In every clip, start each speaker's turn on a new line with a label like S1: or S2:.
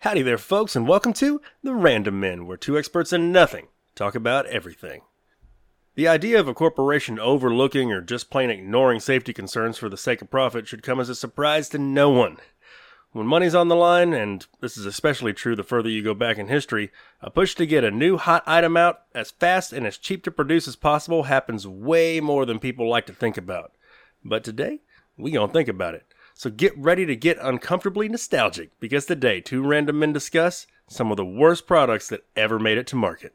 S1: Howdy there, folks, and welcome to The Random Men, where two experts in nothing talk about everything. The idea of a corporation overlooking or just plain ignoring safety concerns for the sake of profit should come as a surprise to no one. When money's on the line, and this is especially true the further you go back in history, a push to get a new hot item out as fast and as cheap to produce as possible happens way more than people like to think about. But today, we gonna think about it. So get ready to get uncomfortably nostalgic because today two random men discuss some of the worst products that ever made it to market.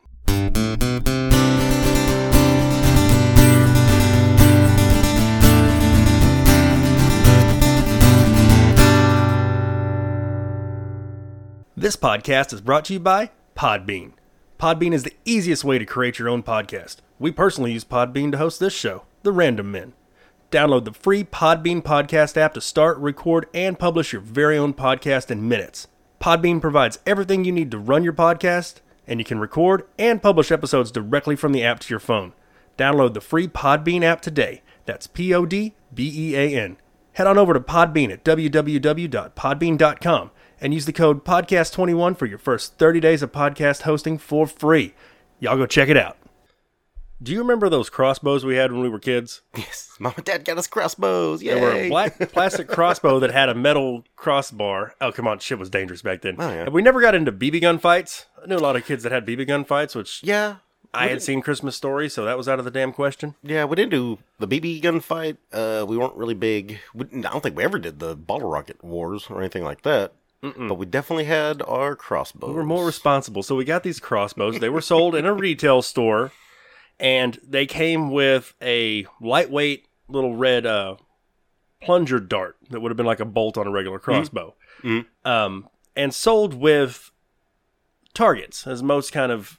S1: This podcast is brought to you by Podbean. Podbean is the easiest way to create your own podcast. We personally use Podbean to host this show, The Random Men. Download the free Podbean podcast app to start, record, and publish your very own podcast in minutes. Podbean provides everything you need to run your podcast, and you can record and publish episodes directly from the app to your phone. Download the free Podbean app today. That's P O D B E A N. Head on over to Podbean at www.podbean.com and use the code PODCAST21 for your first 30 days of podcast hosting for free. Y'all go check it out. Do you remember those crossbows we had when we were kids?
S2: Yes, mom and dad got us crossbows. Yay.
S1: They were a black plastic crossbow that had a metal crossbar. Oh, come on, shit was dangerous back then.
S2: Oh, yeah.
S1: And we never got into BB gun fights. I knew a lot of kids that had BB gun fights, which
S2: Yeah.
S1: I had seen Christmas Story, so that was out of the damn question.
S2: Yeah, we didn't do the BB gun fight. Uh, we weren't really big. We, didn't- I don't think we ever did the bottle rocket wars or anything like that. But we definitely had our crossbows.
S1: We were more responsible, so we got these crossbows. They were sold in a retail store, and they came with a lightweight little red uh, plunger dart that would have been like a bolt on a regular crossbow,
S2: Mhm.
S1: Um, and sold with targets, as most kind of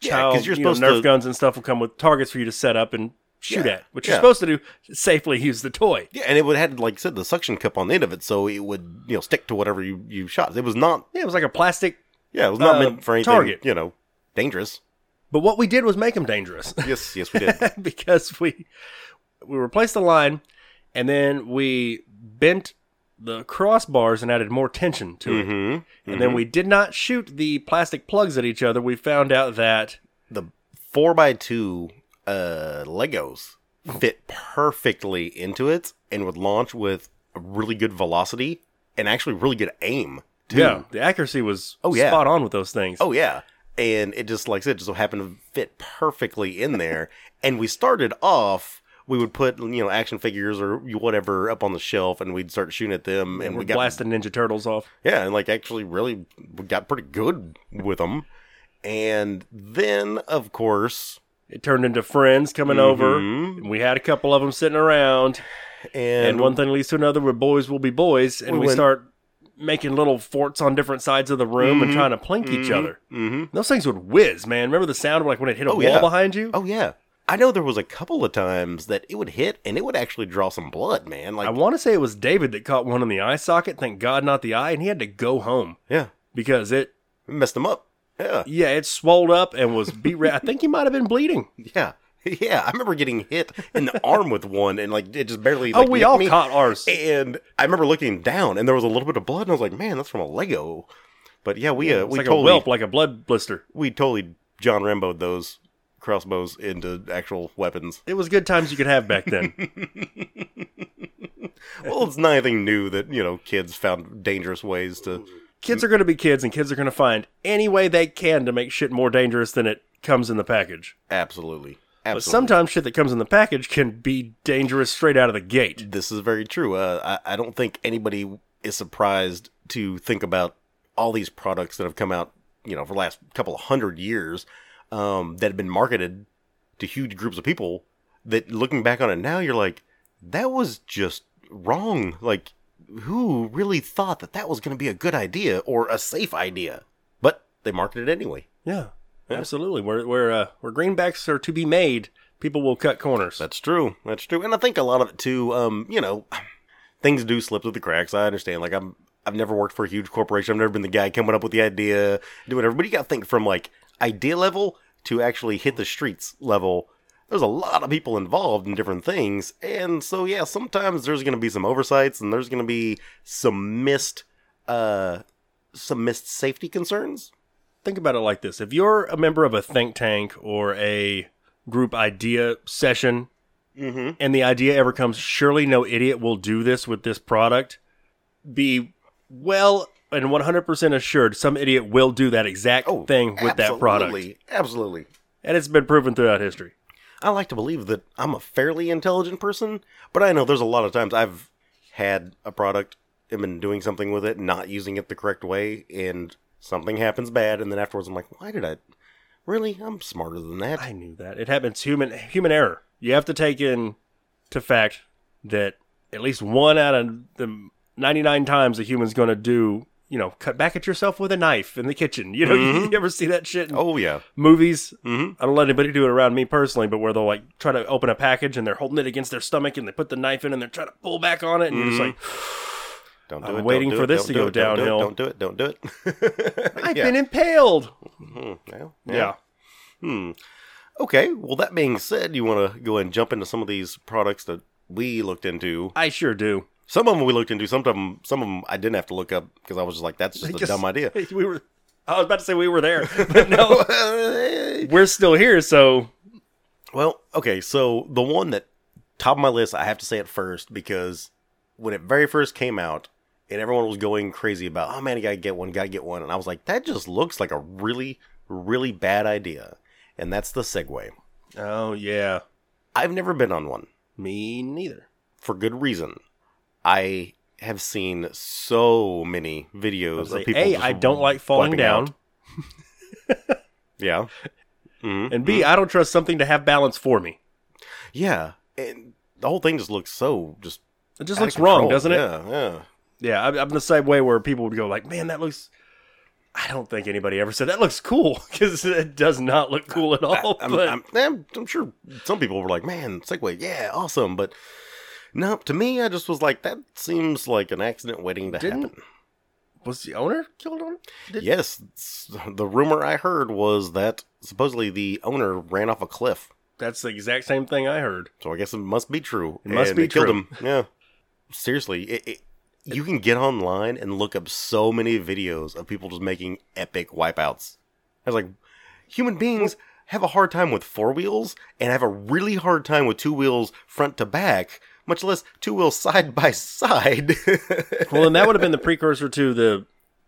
S2: Yeah,
S1: child
S2: 'cause you're
S1: you know,
S2: supposed
S1: Nerf
S2: to-
S1: guns and stuff will come with targets for you to set up and shoot
S2: Yeah,
S1: at, which
S2: yeah.
S1: you're supposed to do safely. Use the toy.
S2: Yeah, and it would had like I said the suction cup on the end of it, so it would you know stick to whatever you, you shot. It was not.
S1: Yeah, it was like a plastic.
S2: Yeah, it was not
S1: Uh,
S2: meant for anything.
S1: target.
S2: You know, dangerous.
S1: But what we did was make them dangerous.
S2: Yes, yes, we did.
S1: because we we replaced the line and then we bent the crossbars and added more tension to it.
S2: hmm
S1: And then we did not shoot the plastic plugs at each other. We found out that
S2: the four by two uh Legos fit perfectly into it and would launch with really good velocity and actually really good aim too.
S1: yeah, the accuracy was
S2: Oh, yeah.
S1: spot on with those things.
S2: Oh yeah. And it just like I said, just so happened to fit perfectly in there. and we started off we would put you know action figures or whatever up on the shelf and we'd start shooting at them and,
S1: and
S2: we
S1: we
S2: got
S1: blasted Ninja Turtles off.
S2: yeah, and like actually really we got pretty good with them. And then of course
S1: It turned into friends coming over.
S2: Mhm.
S1: And we had a couple of them sitting around,
S2: and,
S1: and one thing leads to another. Where boys will be boys, and
S2: We
S1: we,
S2: went-
S1: start making little forts on different sides of the room and trying to plink each other.
S2: mm-hmm.
S1: Those things would whiz, man. Remember the sound of like when it hit a
S2: Oh,
S1: wall
S2: yeah.
S1: behind you?
S2: Oh yeah. I know there was a couple of times that it would hit and it would actually draw some blood, man. Like
S1: I want to say it was David that caught one in the eye socket. Thank God, not the eye, and he had to go home
S2: yeah,
S1: because it,
S2: it messed them up. Yeah.
S1: yeah, it swelled up and was beat. Ra- I think he might have been bleeding.
S2: Yeah. Yeah, I remember getting hit in the arm with one and like it just barely
S1: Oh,
S2: like,
S1: we
S2: nicked
S1: all
S2: me.
S1: caught ours.
S2: and I remember looking down and there was a little bit of blood and I was like, "Man, that's from a Lego." But yeah, we uh,
S1: It's
S2: we
S1: like a
S2: totally
S1: whelp, like a blood blister.
S2: we totally John Ramboed those crossbows into actual weapons.
S1: It was good times you could have back then.
S2: Well, it's not anything new that, you know, kids found dangerous ways to
S1: kids are going to be kids, and kids are going to find any way they can to make shit more dangerous than it comes in the package.
S2: absolutely.
S1: But
S2: Absolutely.
S1: sometimes shit that comes in the package can be dangerous straight out of the gate.
S2: This is very true. Uh, I, I don't think anybody is surprised to think about all these products that have come out, you know, for the last couple of hundred years um, that have been marketed to huge groups of people that looking back on it now, you're like, that was just wrong. Like, who really thought that that was going to be a good idea or a safe idea? But they marketed it anyway.
S1: Yeah, absolutely. Where where uh, where greenbacks are to be made, people will cut corners.
S2: That's true. That's true. And I think a lot of it too, um, you know, things do slip through the cracks. I understand. Like I'm I've never worked for a huge corporation. I've never been the guy coming up with the idea, doing whatever. But you gotta think from like idea level to actually hit the streets level. There's a lot of people involved in different things. And so yeah, sometimes there's gonna be some oversights and there's gonna be some missed uh some missed safety concerns.
S1: think about it like this if you're a member of a think tank or a group idea session
S2: Mm-hmm.
S1: and the idea ever comes surely no idiot will do this with this product be well and 100% assured some idiot will do that exact thing with that product
S2: Oh, Absolutely.
S1: and it's been proven throughout history
S2: I like to believe that I'm a fairly intelligent person, but I know there's a lot of times I've had a product and been doing something with it, not using it the correct way, and something happens bad, and then afterwards I'm like, why did I? Really? I'm smarter than that.
S1: i knew that it happens human human error you have to take in to fact that at least one out of the 99 times a human's going to do you know cut back at yourself with a knife in the kitchen you know you ever see that shit in
S2: oh, yeah.
S1: movies
S2: Mm-hmm.
S1: I don't let anybody do it around me personally, but where they'll like try to open a package and they're holding it against their stomach and they put the knife in and they're trying to pull back on it and you're just
S2: Don't do
S1: I'm
S2: it. don't
S1: waiting
S2: do
S1: for
S2: it,
S1: this
S2: don't
S1: to
S2: do
S1: go
S2: it, don't do it,
S1: downhill.
S2: Don't do it. Don't do it.
S1: like, I've
S2: Yeah.
S1: been impaled.
S2: Mhm, yeah,
S1: Yeah.
S2: Hmm. Okay. Well, that being said, you want to go and jump into some of these products that we looked into.
S1: I sure do.
S2: Some of them we looked into. Some of them, some of them I didn't have to look up because I was just like, that's just a
S1: Just-
S2: dumb idea.
S1: We were. I was about to say we were there, but no,
S2: well,
S1: we're still here. So
S2: okay. So the one that top of my list, I have to say it first because when it very first came out. And everyone was going crazy about, oh man, you gotta get one, gotta get one. And I was like, that just looks like a really, really bad idea. And that's the segue.
S1: oh yeah,
S2: I've never been on one.
S1: me neither.
S2: for good reason. I have seen so many videos
S1: Say,
S2: of people.
S1: a,
S2: just
S1: I don't like falling
S2: flipping
S1: down,
S2: out. Yeah. Mhm.
S1: and B, I don't trust something to have balance for me.
S2: yeah, and the whole thing just looks so just.
S1: It just
S2: out of
S1: looks wrong,
S2: control.
S1: doesn't it?
S2: Yeah, yeah.
S1: Yeah, I'm, I'm the same way where people would go like, "Man, that looks." I don't think anybody ever said that looks cool because it does not look cool at all.
S2: I'm,
S1: Oh, but
S2: I'm, I'm, I'm sure some people were like, "Man, Segway, yeah, awesome," but no, to me, I just was like, "That seems like an accident waiting to
S1: Didn't-
S2: happen."
S1: was the owner killed on? Did,
S2: Yes, s- the rumor I heard was that supposedly the owner ran off a cliff.
S1: That's the exact same thing I heard.
S2: So I guess it must be true.
S1: It must
S2: And
S1: be
S2: they killed
S1: true.
S2: him. Yeah. Seriously, it, it, you can get online and look up so many videos of people just making epic wipeouts. I was like, human beings have a hard time with four wheels and have a really hard time with two wheels front to back, much less two wheels side by side.
S1: Well, then that would have been the precursor to the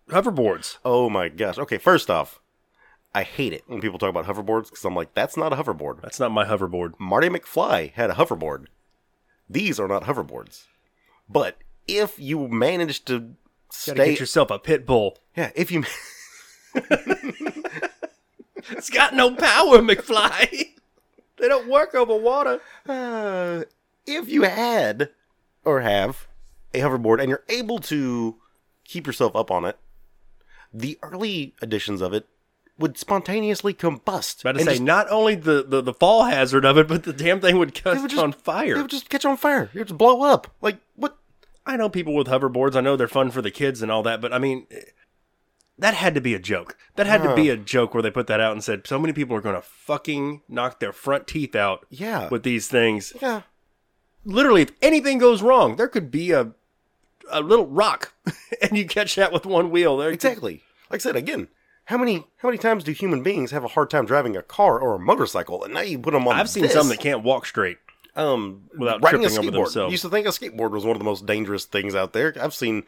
S1: hoverboards.
S2: oh my gosh. Okay, first off, I hate it when people talk about hoverboards because I'm like, that's not a hoverboard.
S1: That's not my hoverboard.
S2: Marty McFly had a hoverboard. These are not hoverboards. But if you manage to
S1: Got
S2: stay,
S1: to get yourself a pit bull.
S2: yeah, if you
S1: It's got no power, McFly. they don't work over water.
S2: uh, if you had or have a hoverboard and you're able to keep yourself up on it, the early editions of it would spontaneously combust.
S1: About to
S2: and
S1: say,
S2: just-
S1: not only the, the, the fall hazard of it, but the damn thing would catch
S2: would just-
S1: on
S2: it
S1: fire.
S2: would just catch on fire. It would just blow up. Like what?
S1: I know people with hoverboards. I know they're fun for the kids and all that, but I mean, eh, that had to be a joke. That had to be a joke where they put that out and said, so many people are going to fucking knock their front teeth out
S2: Yeah.
S1: with these things.
S2: yeah.
S1: Literally, if anything goes wrong, there could be a a little rock, and you catch that with one wheel. There,
S2: Exactly. Like I said again, how many how many times do human beings have a hard time driving a car or a motorcycle? And now you put them on.
S1: I've seen
S2: this,
S1: some that can't walk straight.
S2: um
S1: without
S2: riding a
S1: tripping over
S2: skateboard.
S1: themselves.
S2: Used to think a skateboard was one of the most dangerous things out there. I've seen,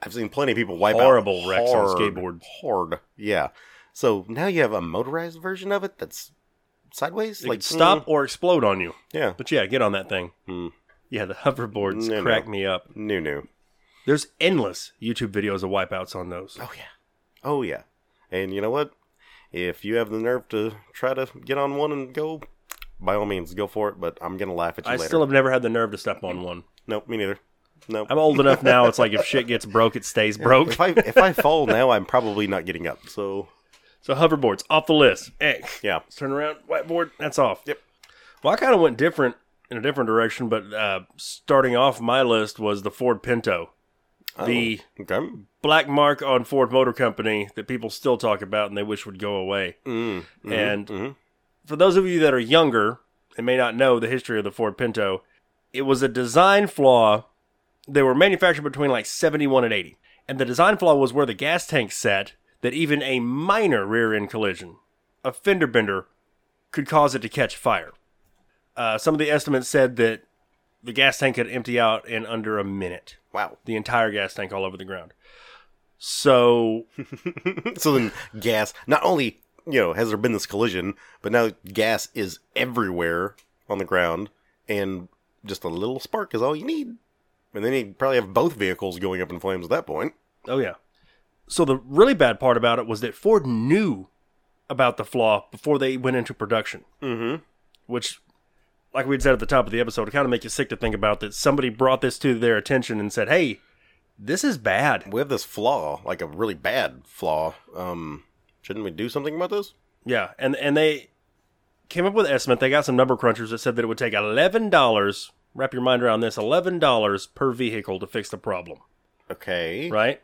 S2: I've seen plenty of people wipe
S1: Horrible
S2: out
S1: wrecks on
S2: hard,
S1: skateboards.
S2: Hard, yeah. So now you have a motorized version of it that's sideways.
S1: It
S2: like
S1: could stop
S2: mm,
S1: or explode on you.
S2: yeah.
S1: But yeah, get on that thing.
S2: Hmm.
S1: Yeah, the hoverboards
S2: No, no.
S1: crack me up.
S2: New, new.
S1: There's endless YouTube videos of wipeouts on those.
S2: Oh yeah. Oh yeah. And you know what? If you have the nerve to try to get on one and go, by all means, go for it. But I'm gonna laugh at you
S1: I
S2: later.
S1: still have never had the nerve to step on one.
S2: Nope, me neither. Nope.
S1: I'm old enough now. It's like if shit gets broke, it stays broke.
S2: if I if I fall now, I'm probably not getting up. So
S1: So hoverboards off the list. Eh.
S2: yeah.
S1: Let's turn around. Whiteboard. That's off.
S2: Yep.
S1: Well, I kind of went different in a different direction, but uh, starting off my list was the Ford Pinto, the
S2: Oh, okay.
S1: black mark on Ford Motor Company that people still talk about and they wish would go away.
S2: Mm, mhm,
S1: and-
S2: mhm.
S1: for those of you that are younger and may not know the history of the Ford Pinto, it was a design flaw. They were manufactured between like 71 and 80. And the design flaw was where the gas tank sat that even a minor rear end collision, a fender bender, could cause it to catch fire. Uh, some of the estimates said that the gas tank could empty out in under a minute,
S2: Wow.
S1: the entire gas tank all over the ground. So
S2: so then gas not only you know has there been this collision but now gas is everywhere on the ground and just a little spark is all you need and then you probably have both vehicles going up in flames at that point
S1: Oh yeah. So the really bad part about it was that Ford knew about the flaw before they went into production,
S2: mm-hmm
S1: which, like we said at the top of the episode, it kind of make you sick to think about that somebody brought this to their attention and said, "Hey, this is bad."
S2: we have this flaw like a really bad flaw um shouldn't we do something about this
S1: Yeah, and and they came up with an estimate. They got some number crunchers that said that it would take eleven dollars. Wrap your mind around this: eleven dollars per vehicle to fix the problem,
S2: okay
S1: right?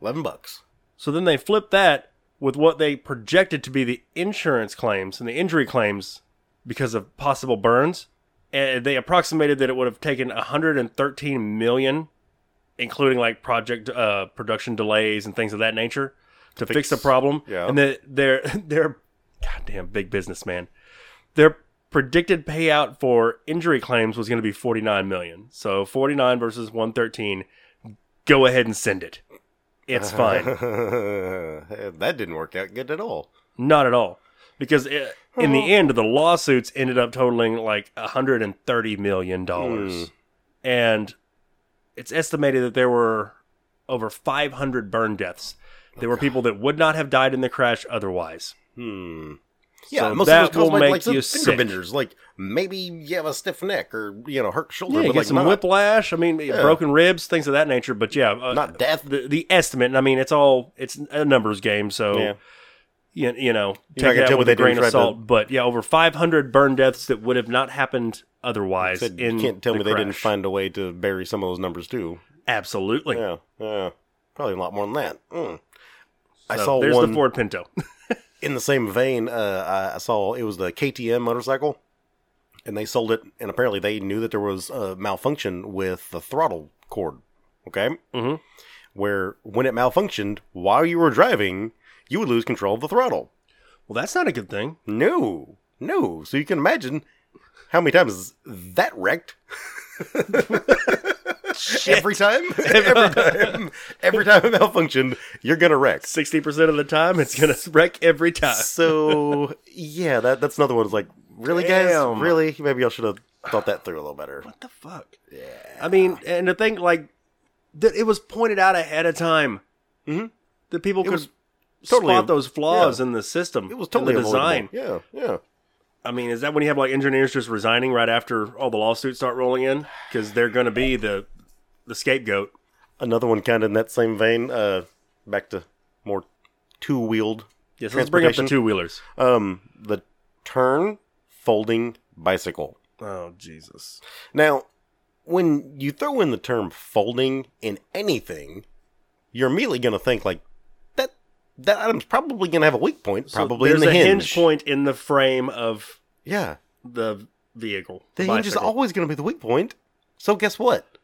S2: 11 bucks
S1: So then they flipped that with what they projected to be the insurance claims and the injury claims because of possible burns. And they approximated that it would have taken 113 million, including like project uh, production delays and things of that nature, to fix,
S2: Fix-
S1: the problem.
S2: yeah.
S1: And that their their goddamn big businessman, their predicted payout for injury claims was going to be 49 million. So 49 versus 113. Go ahead and send it. It's fine.
S2: that didn't work out good at all
S1: Not at all. Because i in the end, the lawsuits ended up totaling like $130 million.
S2: Hmm.
S1: And it's estimated that there were over 500 burn deaths. There were people that would not have died in the crash otherwise.
S2: Hmm. Yeah,
S1: So
S2: most
S1: that
S2: of those caused
S1: will
S2: by,
S1: make
S2: like some
S1: you
S2: finger
S1: sick.
S2: benders. Like maybe you have a stiff neck or you know hurt shoulder,
S1: Yeah, you
S2: but
S1: get
S2: like
S1: some
S2: not,
S1: whiplash. I mean,
S2: Yeah.
S1: broken ribs, things of that nature. But yeah, uh,
S2: not death.
S1: the, the estimate. And I mean, it's all it's a numbers game. So
S2: Yeah.
S1: you, you know,
S2: You're not
S1: take
S2: gonna
S1: that with
S2: tell what
S1: a
S2: they did
S1: grain of
S2: try to-
S1: salt. But yeah, over 500 burn deaths that would have not happened otherwise.
S2: Said,
S1: in
S2: you can't tell
S1: the
S2: me they didn't
S1: crash.
S2: find a way to bury some of those numbers too.
S1: Absolutely.
S2: Yeah, yeah, probably a lot more than that. Mm. I
S1: So
S2: saw
S1: there's
S2: one
S1: the Ford Pinto.
S2: in the same vein. Uh, I, I saw it was the KTM motorcycle, and they sold it, and apparently they knew that there was a malfunction with the throttle cord. Okay,
S1: Mhm.
S2: where when it malfunctioned while you were driving, you would lose control of the throttle.
S1: well, that's not a good thing.
S2: No, no. So you can imagine how many times that wrecked. every time, every time, every time it malfunctioned, you're gonna wreck.
S1: 60% of the time, it's going to wreck every time.
S2: So yeah, that that's another one. It's like, really, guys,
S1: Damn.
S2: really? Maybe y'all should have thought that through a little better.
S1: What the fuck? Yeah. I mean, and to think like that it was pointed out ahead of time
S2: Mhm.
S1: that people could
S2: was totally-
S1: spot those flaws in the system.
S2: It was totally
S1: in the design.
S2: avoidable. Yeah, yeah.
S1: I mean, is that when you have like engineers just resigning right after all the lawsuits start rolling in because they're going to be the the scapegoat?
S2: Another one, kind of in that same vein. Uh, back to more two wheeled.
S1: Yes, let's bring up the
S2: Transportation.
S1: two wheelers.
S2: Um, the turn folding bicycle.
S1: Oh Jesus!
S2: Now, when you throw in the term folding in anything, you're immediately going to think like that that item's probably going to have a weak point, probably in
S1: there's
S2: the
S1: a
S2: hinge.
S1: hinge point in the frame of
S2: Yeah.
S1: the vehicle.
S2: The hinge is
S1: bicycle.
S2: always going to be the weak point. So guess what?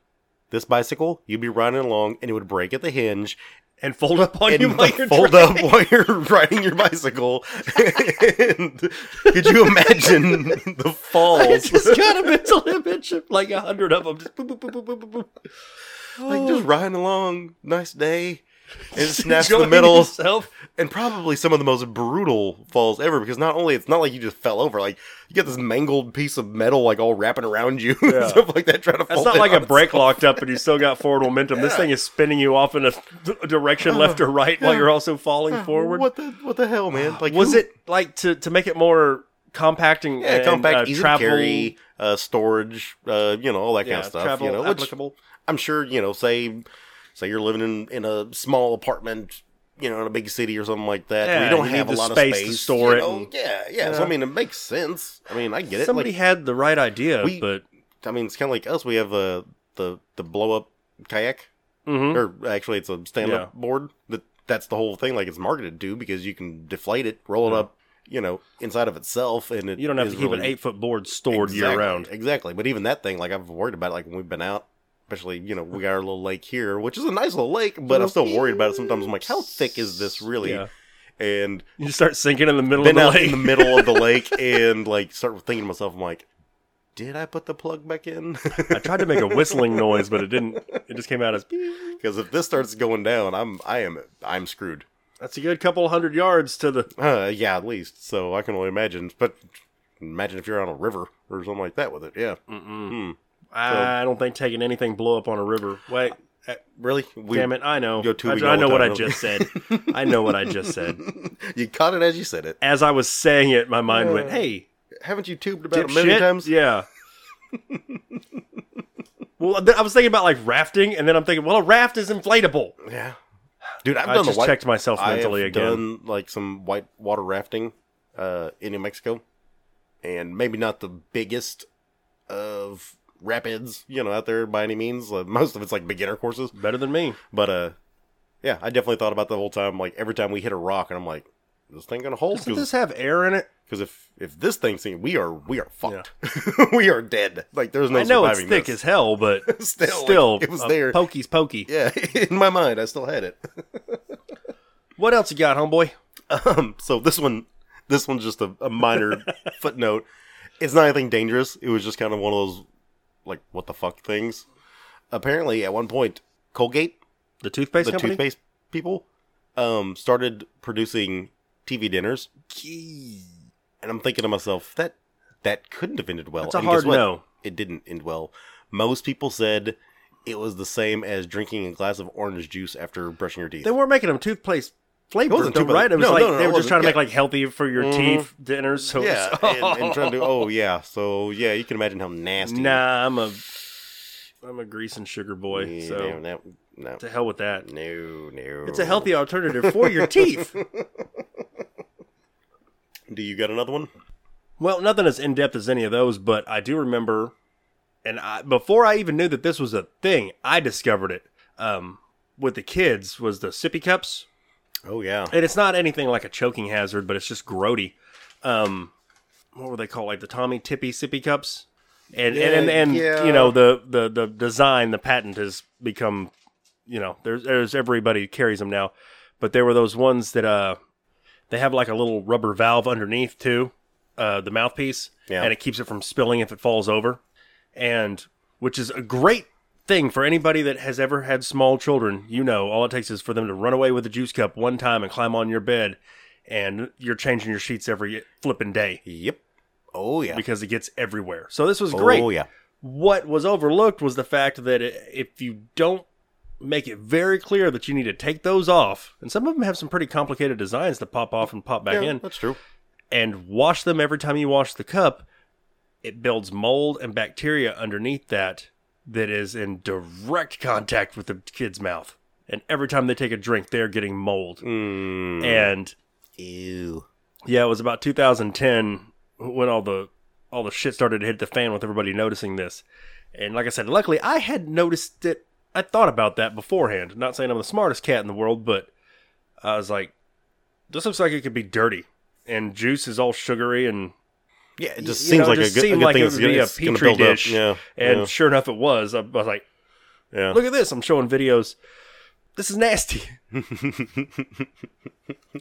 S2: This bicycle, you'd be riding along and it would break at the hinge
S1: and fold up on
S2: and
S1: Oh, you while
S2: like
S1: you're
S2: fold
S1: driving.
S2: up while you're riding your bicycle. and could you imagine the falls?
S1: It's just got a mental image of like a hundred of them. Just boop, boop, boop, boop, boop, boop, boop.
S2: like
S1: Oh.
S2: just riding along, nice day, and it snaps in the
S1: Enjoying
S2: middle.
S1: yourself.
S2: and probably some of the most brutal falls ever because not only it's not like you just fell over like you got this mangled piece of metal like all wrapping around you and
S1: Yeah.
S2: stuff like that trying to
S1: That's
S2: fold
S1: not
S2: it
S1: like a
S2: on
S1: brake locked up and you still got forward momentum. This
S2: Oh, Yeah. Uh,
S1: thing is spinning you off in a a direction left or right while
S2: Yeah.
S1: you're also falling
S2: itself.
S1: forward.
S2: what the what the hell man like
S1: was
S2: who-
S1: it like to to make it more compacting
S2: yeah,
S1: and
S2: compact
S1: uh,
S2: easy
S1: travel
S2: to carry uh, storage uh, you know all that
S1: yeah,
S2: kind of stuff
S1: travel
S2: you know which
S1: applicable
S2: I'm sure you know say say you're living in in a small apartment you know in a big city or something like that where
S1: Yeah,
S2: you don't
S1: you
S2: have a
S1: need the
S2: lot
S1: space
S2: of
S1: to
S2: space
S1: store
S2: you
S1: it
S2: know?
S1: and-
S2: yeah, yeah so I mean it makes sense I mean I get it
S1: somebody
S2: like,
S1: had the right idea
S2: We-
S1: but
S2: I mean, it's kind of like us. We have uh, the the blow up kayak,
S1: Mhm.
S2: or actually, it's a stand up board. That that's the whole thing. Like it's marketed to because you can deflate it, roll it up, you know, inside of itself, and it
S1: Hmm. you don't have
S2: is
S1: to keep an
S2: really-
S1: eight foot board stored
S2: Exactly,
S1: year round
S2: Exactly, but even that thing, like I've worried about, it, like when we've been out, especially you know we got our little lake here, which is a nice little lake, but I'm still worried about it. Sometimes I'm like, how thick is this really?
S1: Yeah.
S2: And
S1: You just start sinking in the middle
S2: been
S1: of the
S2: out
S1: lake.
S2: in the middle of the lake and like start thinking to myself, I'm like, did I put the plug back in?
S1: I tried to make a whistling noise, but it didn't. It just came out as. "Beep."
S2: Because if this starts going down, I'm I am I'm screwed.
S1: That's a good couple hundred yards to the.
S2: Uh, yeah, at least. So I can only imagine. But imagine if you're on a river or something like that with it. Yeah. Hmm.
S1: I don't think taking anything blow up on a river. Wait, eh,
S2: Really? We,
S1: damn it! I know.
S2: go two
S1: I,
S2: week
S1: I
S2: all
S1: know
S2: the
S1: what I
S2: time.
S1: just said. I know what I just said.
S2: You caught it as you said it.
S1: As I was saying it, my mind went, "Hey,
S2: Haven't you tubed about it
S1: dipshit.
S2: many times?
S1: Yeah. well, th- I was thinking about like rafting, and then I'm thinking, well, a raft is inflatable.
S2: Yeah. Dude, I've
S1: I
S2: done the
S1: just
S2: white.
S1: checked myself
S2: I have
S1: mentally again.
S2: done like some white water rafting uh, in New Mexico, and maybe not the biggest of rapids, you know, out there by any means. Uh, most of it's like beginner courses,
S1: Better than me.
S2: but uh, yeah, I definitely thought about the whole time. Like every time we hit a rock, and I'm like, this thing gonna hold?
S1: Doesn't
S2: Because
S1: this have air in it?
S2: if if this thing's seen, we are we are fucked. we are dead. Like there's no
S1: I know it's
S2: surviving
S1: thick
S2: this.
S1: as hell, but
S2: Still,
S1: still,
S2: like, it was
S1: a
S2: there.
S1: Pokey's pokey.
S2: yeah, in my mind, I still had it.
S1: What else you got, homeboy?
S2: Um, so this one, this one's just a, a minor footnote. It's not anything dangerous. It was just kind of one of those, like, what the fuck things. Apparently, at one point, Colgate,
S1: The toothpaste
S2: the
S1: company.
S2: toothpaste people, um, started producing TV dinners, and I'm thinking to myself that that couldn't have ended well.
S1: That's a
S2: and
S1: hard no.
S2: It didn't end well. Most people said it was the same as drinking a glass of orange juice after brushing your teeth.
S1: They weren't making them toothpaste flavored,
S2: wasn't
S1: though,
S2: toothpaste.
S1: right? It was
S2: No,
S1: like
S2: no, no,
S1: they
S2: it
S1: were just
S2: wasn't.
S1: trying to make
S2: Yeah. Mm-hmm.
S1: like healthy for your teeth dinners. So it
S2: Yeah,
S1: was-
S2: and, and trying to. Oh yeah, so yeah, you can imagine how nasty.
S1: nah, I'm a I'm a grease and sugar boy.
S2: Yeah,
S1: so
S2: no, no, no,
S1: to hell with that.
S2: no, no.
S1: It's a healthy alternative for your teeth.
S2: Do you got another one?
S1: Well, nothing as in depth as any of those, but I do remember, and I, before I even knew that this was a thing, I discovered it um, with the kids was the sippy cups,
S2: Oh yeah,
S1: and it's not anything like a choking hazard, but it's just grody. Um, what were they called? Like the Tommy Tippy sippy cups, and and and, and
S2: Yeah, yeah.
S1: you know the, the the design, the patent has become, you know, there's there's everybody carries them now, but there were those ones that uh, they have like a little rubber valve underneath too, uh, the mouthpiece,
S2: Yeah.
S1: and it keeps it from spilling if it falls over, and which is a great thing for anybody that has ever had small children. You know, all it takes is for them to run away with a juice cup one time and climb on your bed, and you're changing your sheets every flipping day
S2: yep. Oh yeah,
S1: because it gets everywhere. So this was great.
S2: Oh yeah,
S1: What was overlooked was the fact that i- if you don't make it very clear that you need to take those off, and some of them have some pretty complicated designs to pop off and pop back
S2: yeah
S1: in,
S2: that's true.
S1: and wash them every time you wash the cup, it builds mold and bacteria underneath that that is in direct contact with the kid's mouth. And every time they take a drink, they're getting mold.
S2: Mm.
S1: And
S2: Ew.
S1: yeah, it was about 2010 when all the all the shit started to hit the fan with everybody noticing this. And like I said, luckily I had noticed it. I thought about that beforehand. Not saying I'm the smartest cat in the world, but I was like, this looks like it could be dirty. And juice is all sugary and
S2: Yeah, it just
S1: you
S2: seems
S1: know,
S2: like
S1: just
S2: a good, a
S1: seemed
S2: good
S1: like
S2: thing.
S1: it
S2: it's
S1: would
S2: gonna,
S1: be a
S2: it's gonna
S1: petri
S2: build up.
S1: dish,
S2: Yeah,
S1: and
S2: yeah,
S1: sure enough it was. I was like,
S2: yeah.
S1: look at this. I'm showing videos. This is nasty.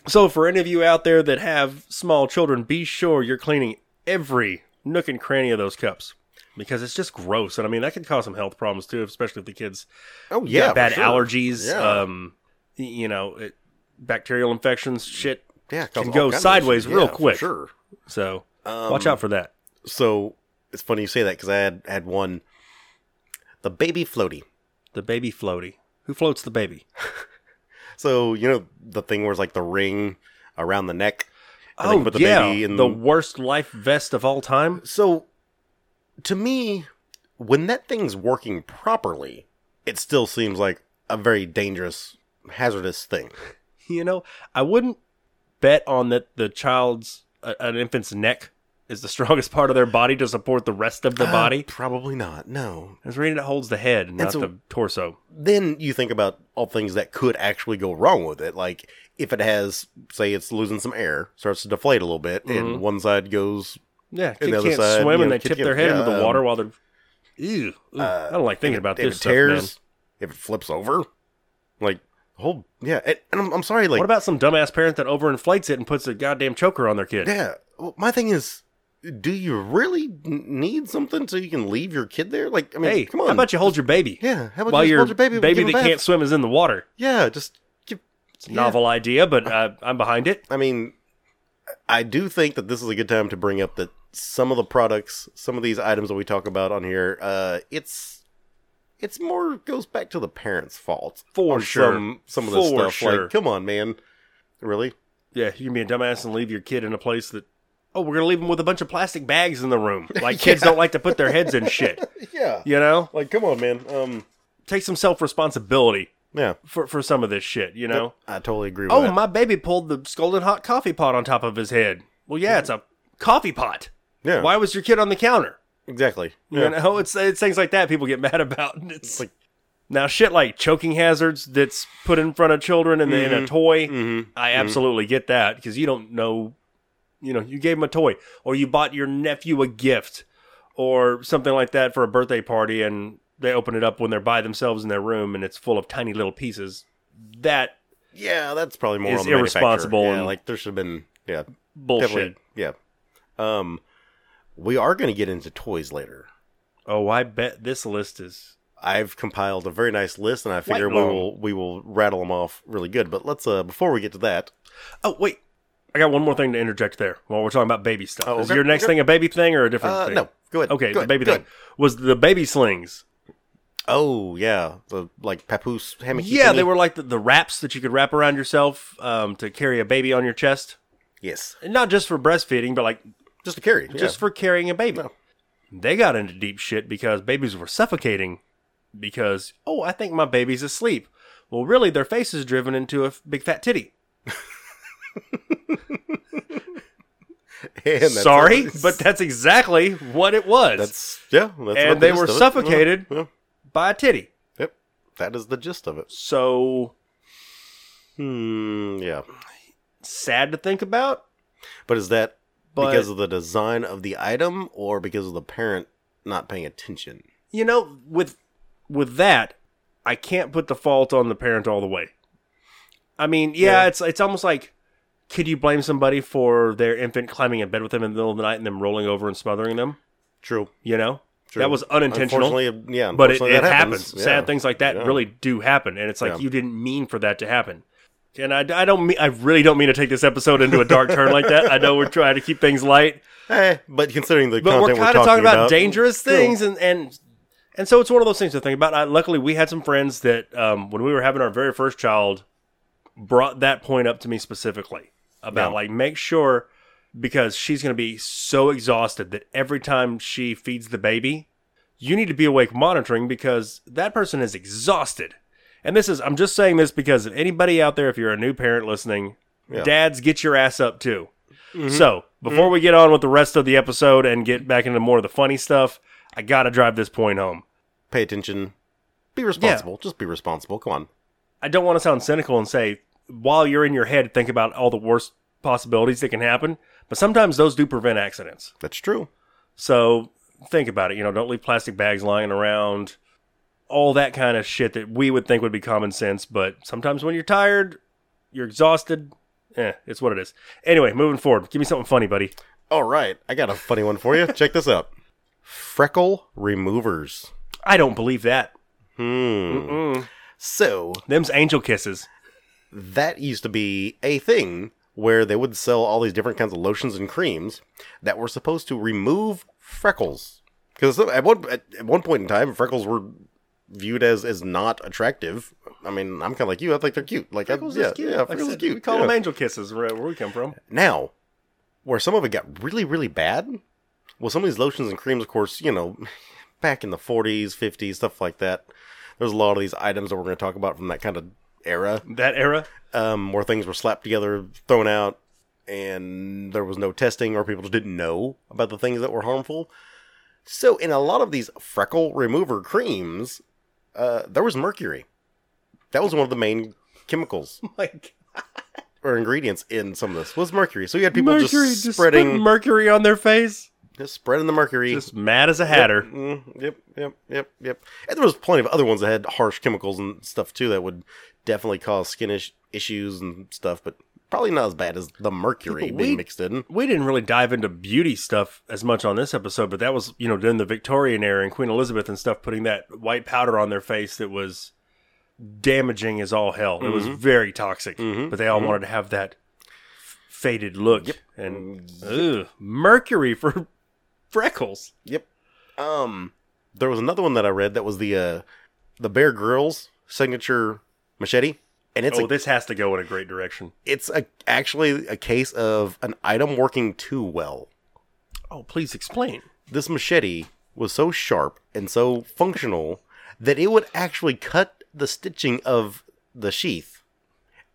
S1: so, for any of you out there that have small children, be sure you're cleaning every nook and cranny of those cups because it's just gross. And I mean, that can cause some health problems too, especially if the kids
S2: oh
S1: got
S2: yeah, for
S1: bad
S2: sure.
S1: allergies,
S2: Yeah.
S1: um, y- you know, it, bacterial infections, shit.
S2: yeah,
S1: can
S2: cause all
S1: go
S2: kinds of
S1: sideways
S2: issues.
S1: real
S2: Yeah, for
S1: quick.
S2: Sure.
S1: So,
S2: Um,
S1: watch out for that.
S2: So it's funny you say that because I had had one. The baby floaty.
S1: The baby floaty. Who floats the baby?
S2: So you know the thing where it's like the ring around the neck. and they
S1: Oh,
S2: put the
S1: yeah.
S2: baby in
S1: the worst life vest of all time.
S2: So, to me, when that thing's working properly, it still seems like a very dangerous, hazardous thing.
S1: you know i wouldn't bet on that the child's uh, an infant's neck is the strongest part of their body to support the rest of the body
S2: Uh, Probably not. No.
S1: i was reading it holds the head not
S2: so-
S1: the torso
S2: Then you think about all things that could actually go wrong with it. Like if it has, say, it's losing some air, starts to deflate a little bit, and one side goes.
S1: yeah
S2: the
S1: kids
S2: other
S1: can't
S2: side,
S1: swim
S2: you
S1: and
S2: know,
S1: they
S2: kid
S1: tip
S2: can't-
S1: their head into
S2: yeah, um, uh,
S1: the water while they're Ew. Ooh, I don't like thinking about
S2: if
S1: this
S2: it
S1: stuff, man.
S2: tears, if it flips over, like whole yeah. And, and I'm, I'm sorry, like
S1: What about some dumbass parent that overinflates it and puts a goddamn choker on their kid?
S2: yeah. Well, my thing is, do you really n- need something so you can leave your kid there? Like I mean,
S1: Hey,
S2: come on.
S1: how about you hold your baby?
S2: yeah? How about
S1: While
S2: you just
S1: your
S2: hold your baby, give him a
S1: that
S2: bath?
S1: can't swim is in the water.
S2: Yeah, just give.
S1: It's a novel idea, but uh, I'm behind it.
S2: I mean, I do think that this is a good time to bring up that some of the products, some of these items that we talk about on here, uh, it's it's more goes back to the parents' fault
S1: For
S2: on
S1: sure.
S2: Some, some of this
S1: For
S2: stuff,
S1: sure.
S2: like, come on, man, really?
S1: Yeah, you can be a dumbass and leave your kid in a place that, oh, we're going to leave them with a bunch of plastic bags in the room. Like, kids don't like to put their heads in shit.
S2: Yeah,
S1: You know?
S2: like, come on, man. Um,
S1: Take some self responsibility
S2: yeah,
S1: for, for some of this shit, you know?
S2: I totally agree with
S1: Oh,
S2: that.
S1: my baby pulled the scalding hot coffee pot on top of his head. Well, yeah, it's a coffee pot.
S2: yeah,
S1: Why was your kid on the counter?
S2: exactly.
S1: You know, it's, it's things like that people get mad about. It's,
S2: like-
S1: like now shit like choking hazards that's put in front of children and then a toy.
S2: Mm-hmm.
S1: I absolutely get that because you don't know, you know, you gave him a toy or you bought your nephew a gift or something like that for a birthday party and they open it up when they're by themselves in their room and it's full of tiny little pieces. That
S2: Yeah, that's probably more
S1: Is
S2: on the manufacturer.
S1: irresponsible
S2: Yeah,
S1: and-
S2: like there should have been yeah,
S1: bullshit.
S2: definitely yeah. Um, we are going to get into toys later.
S1: Oh, I bet this list is.
S2: I've compiled a very nice list, and I figure we
S1: long.
S2: will we will rattle them off really good. But let's uh before we get to that,
S1: Oh wait, I got one more thing to interject there while we're talking about baby stuff.
S2: Oh,
S1: Is
S2: okay,
S1: your next
S2: okay.
S1: thing a baby thing or a different
S2: uh,
S1: thing?
S2: no, go ahead.
S1: Okay,
S2: go
S1: the
S2: ahead,
S1: baby
S2: go
S1: thing
S2: ahead.
S1: was the baby slings.
S2: Oh yeah, the like papoose hammock.
S1: Yeah, they were like the, the wraps that you could wrap around yourself um, to carry a baby on your chest,
S2: yes,
S1: and not just for breastfeeding, but like
S2: just to carry,
S1: just
S2: yeah.
S1: for carrying a baby.
S2: No.
S1: They got into deep shit because babies were suffocating because oh, I think my baby's asleep. Well, really, their face is driven into a f- big fat titty.
S2: And that's-
S1: Sorry, but that's exactly what it was
S2: that's yeah, that's about
S1: And
S2: the
S1: they
S2: gist
S1: were
S2: of it.
S1: suffocated.
S2: Yeah, yeah.
S1: by a titty.
S2: Yep, that is the gist of it.
S1: So
S2: Hmm, yeah,
S1: sad to think about.
S2: but is that
S1: But-
S2: because of the design of the item or because of the parent not paying attention?
S1: you know with with that i can't put the fault on the parent all the way i mean yeah,
S2: Yeah.
S1: it's it's almost like could you blame somebody for their infant climbing in bed with them in the middle of the night and them rolling over and smothering them
S2: True,
S1: you know
S2: true.
S1: that was unintentional
S2: Unfortunately, yeah,
S1: but it,
S2: unfortunately
S1: it
S2: that
S1: happens,
S2: Yeah.
S1: sad things like that
S2: Yeah.
S1: really do happen and it's like
S2: Yeah.
S1: you didn't mean for that to happen and I, I don't mean I really don't mean to take this episode into a dark turn like that. I know we're trying to keep things light,
S2: Eh, but considering the
S1: but we're
S2: content
S1: kind of talking, about, dangerous
S2: True.
S1: things and and and so it's one of those things to think about I, luckily we had some friends that um, when we were having our very first child brought that point up to me specifically about
S2: Yeah.
S1: like make sure because she's going to be so exhausted that every time she feeds the baby you need to be awake monitoring because that person is exhausted and this is i'm just saying this because if anybody out there if you're a new parent listening
S2: Yeah.
S1: dads get your ass up too so, before we get on with the rest of the episode and get back into more of the funny stuff, I got to drive this point home.
S2: pay attention. Be responsible. Just be responsible. Come on.
S1: I don't want to sound cynical and say, while you're in your head, think about all the worst possibilities that can happen, but sometimes those do prevent accidents.
S2: That's true.
S1: So, think about it. You know, don't leave plastic bags lying around, all that kind of shit that we would think would be common sense, but sometimes when you're tired, you're exhausted. Eh, it's what it is. Anyway, moving forward, give me something funny, buddy.
S2: All right. I got a funny one for you. Check this out. Freckle removers.
S1: I don't believe that.
S2: Hmm. So
S1: Them's angel kisses.
S2: that used to be a thing where they would sell all these different kinds of lotions and creams that were supposed to remove freckles. Because at one at, at one point in time, freckles were viewed as as not attractive. I mean, I'm kind of like you. I think they're cute. Like I, yeah, Yeah,
S1: Like I
S2: freckles
S1: said,
S2: cute.
S1: We call
S2: yeah.
S1: them angel kisses where, where we come from.
S2: Now, where some of it got really, really bad, well, some of these lotions and creams, of course, you know, back in the 40s, 50s, stuff like that, there's a lot of these items that we're going to talk about from that kind of era
S1: That era.
S2: um, where things were slapped together, thrown out, and there was no testing or people just didn't know about the things that were harmful. So, in a lot of these freckle remover creams, uh, there was mercury. That was one of the main chemicals
S1: Like
S2: or ingredients in some of this was mercury. So you had people just spreading
S1: mercury on their face.
S2: Just spreading the mercury.
S1: Just mad as a hatter.
S2: Mm, yep, yep, yep, yep. And there was plenty of other ones that had harsh chemicals and stuff too that would definitely cause skin ish- issues and stuff, but probably not as bad as the mercury
S1: Yeah, but
S2: being
S1: we-
S2: mixed in.
S1: We didn't really dive into beauty stuff as much on this episode, but that was, you know, during the Victorian era and Queen Elizabeth and stuff putting that white powder on their face that was damaging as all hell. It was very toxic, but they all wanted to have that f- faded look and ugh, mercury for freckles.
S2: Yep. Um, there was another one that I read that was the uh, the Bear Grylls signature machete, and it's
S1: oh,
S2: a,
S1: this has to go in a great direction.
S2: it's a, actually a case of an item working too well.
S1: Oh, please explain.
S2: This machete was so sharp and so functional that it would actually cut the stitching of the sheath,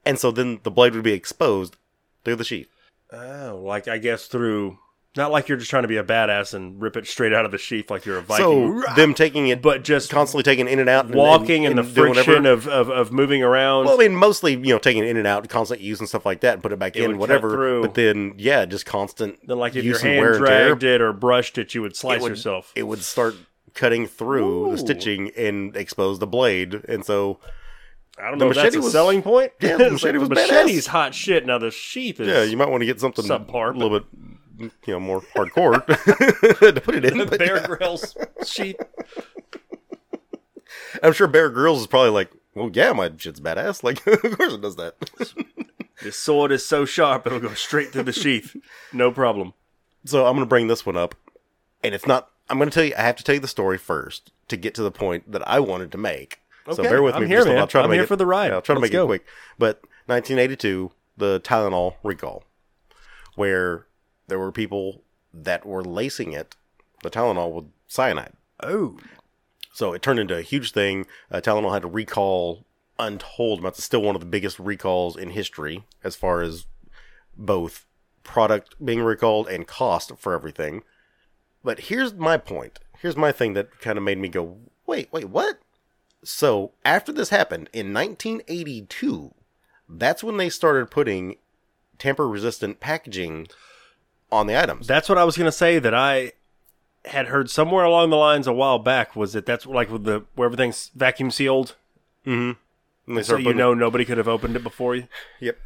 S2: and so then the blade would be exposed through the sheath.
S1: Oh, like I guess through not like you're just trying to be a badass and rip it straight out of the sheath like you're a
S2: So
S1: Viking,
S2: them taking it,
S1: but just
S2: constantly taking it in and out, and- and-
S1: walking and, the
S2: doing whatever.
S1: friction of, of, of moving around.
S2: Well, I mean, mostly you know, taking it in and out, constant use and stuff like that, and put it back
S1: would
S2: in,
S1: cut
S2: whatever.
S1: through.
S2: But then, yeah, just constant.
S1: then, like if
S2: use
S1: your
S2: and
S1: hand
S2: wear and tear,
S1: dragged it or brushed it, you would slice
S2: it would,
S1: yourself.
S2: It would start cutting through
S1: Ooh.
S2: the stitching and expose the blade, and so
S1: I don't
S2: the
S1: know. if That's
S2: machete
S1: a
S2: was-
S1: selling point.
S2: Yeah,
S1: It's
S2: the
S1: like
S2: machete was
S1: machete's
S2: badass.
S1: hot shit. Now the sheath is
S2: yeah, you might want to get something
S1: Subpar,
S2: a little bit, you know, more hardcore to put it in. But
S1: Bear
S2: yeah.
S1: Grylls sheath.
S2: I'm sure Bear Grylls is probably like, well, yeah, my shit's badass. Like, of course it does that.
S1: This sword is so sharp it'll go straight through the sheath. No problem.
S2: So I'm going to bring this one up, and it's not. I'm going to tell you. I have to tell you the story first to get to the point that I wanted to make. so
S1: Okay,
S2: bear with
S1: I'm
S2: me.
S1: here,
S2: just a little-
S1: man.
S2: I'll try to
S1: I'm
S2: make
S1: here
S2: it-
S1: for the ride.
S2: yeah, I'll try to
S1: Let's
S2: make
S1: go.
S2: it quick. But 1982, the Tylenol recall, where there were people that were lacing it, the Tylenol with cyanide.
S1: Oh,
S2: So it turned into a huge thing. Uh, Tylenol had to recall untold amounts. It's still one of the biggest recalls in history as far as both product being recalled and cost for everything. But here's my point. Here's my thing that kind of made me go, wait, wait, what? So after this happened in 1982, that's when they started putting tamper resistant packaging on the items.
S1: that's what I was gonna say. That I had heard somewhere along the lines a while back was that that's like with the where everything's vacuum sealed,
S2: And they
S1: so
S2: started
S1: you
S2: putting-
S1: know nobody could have opened it before you.
S2: yep.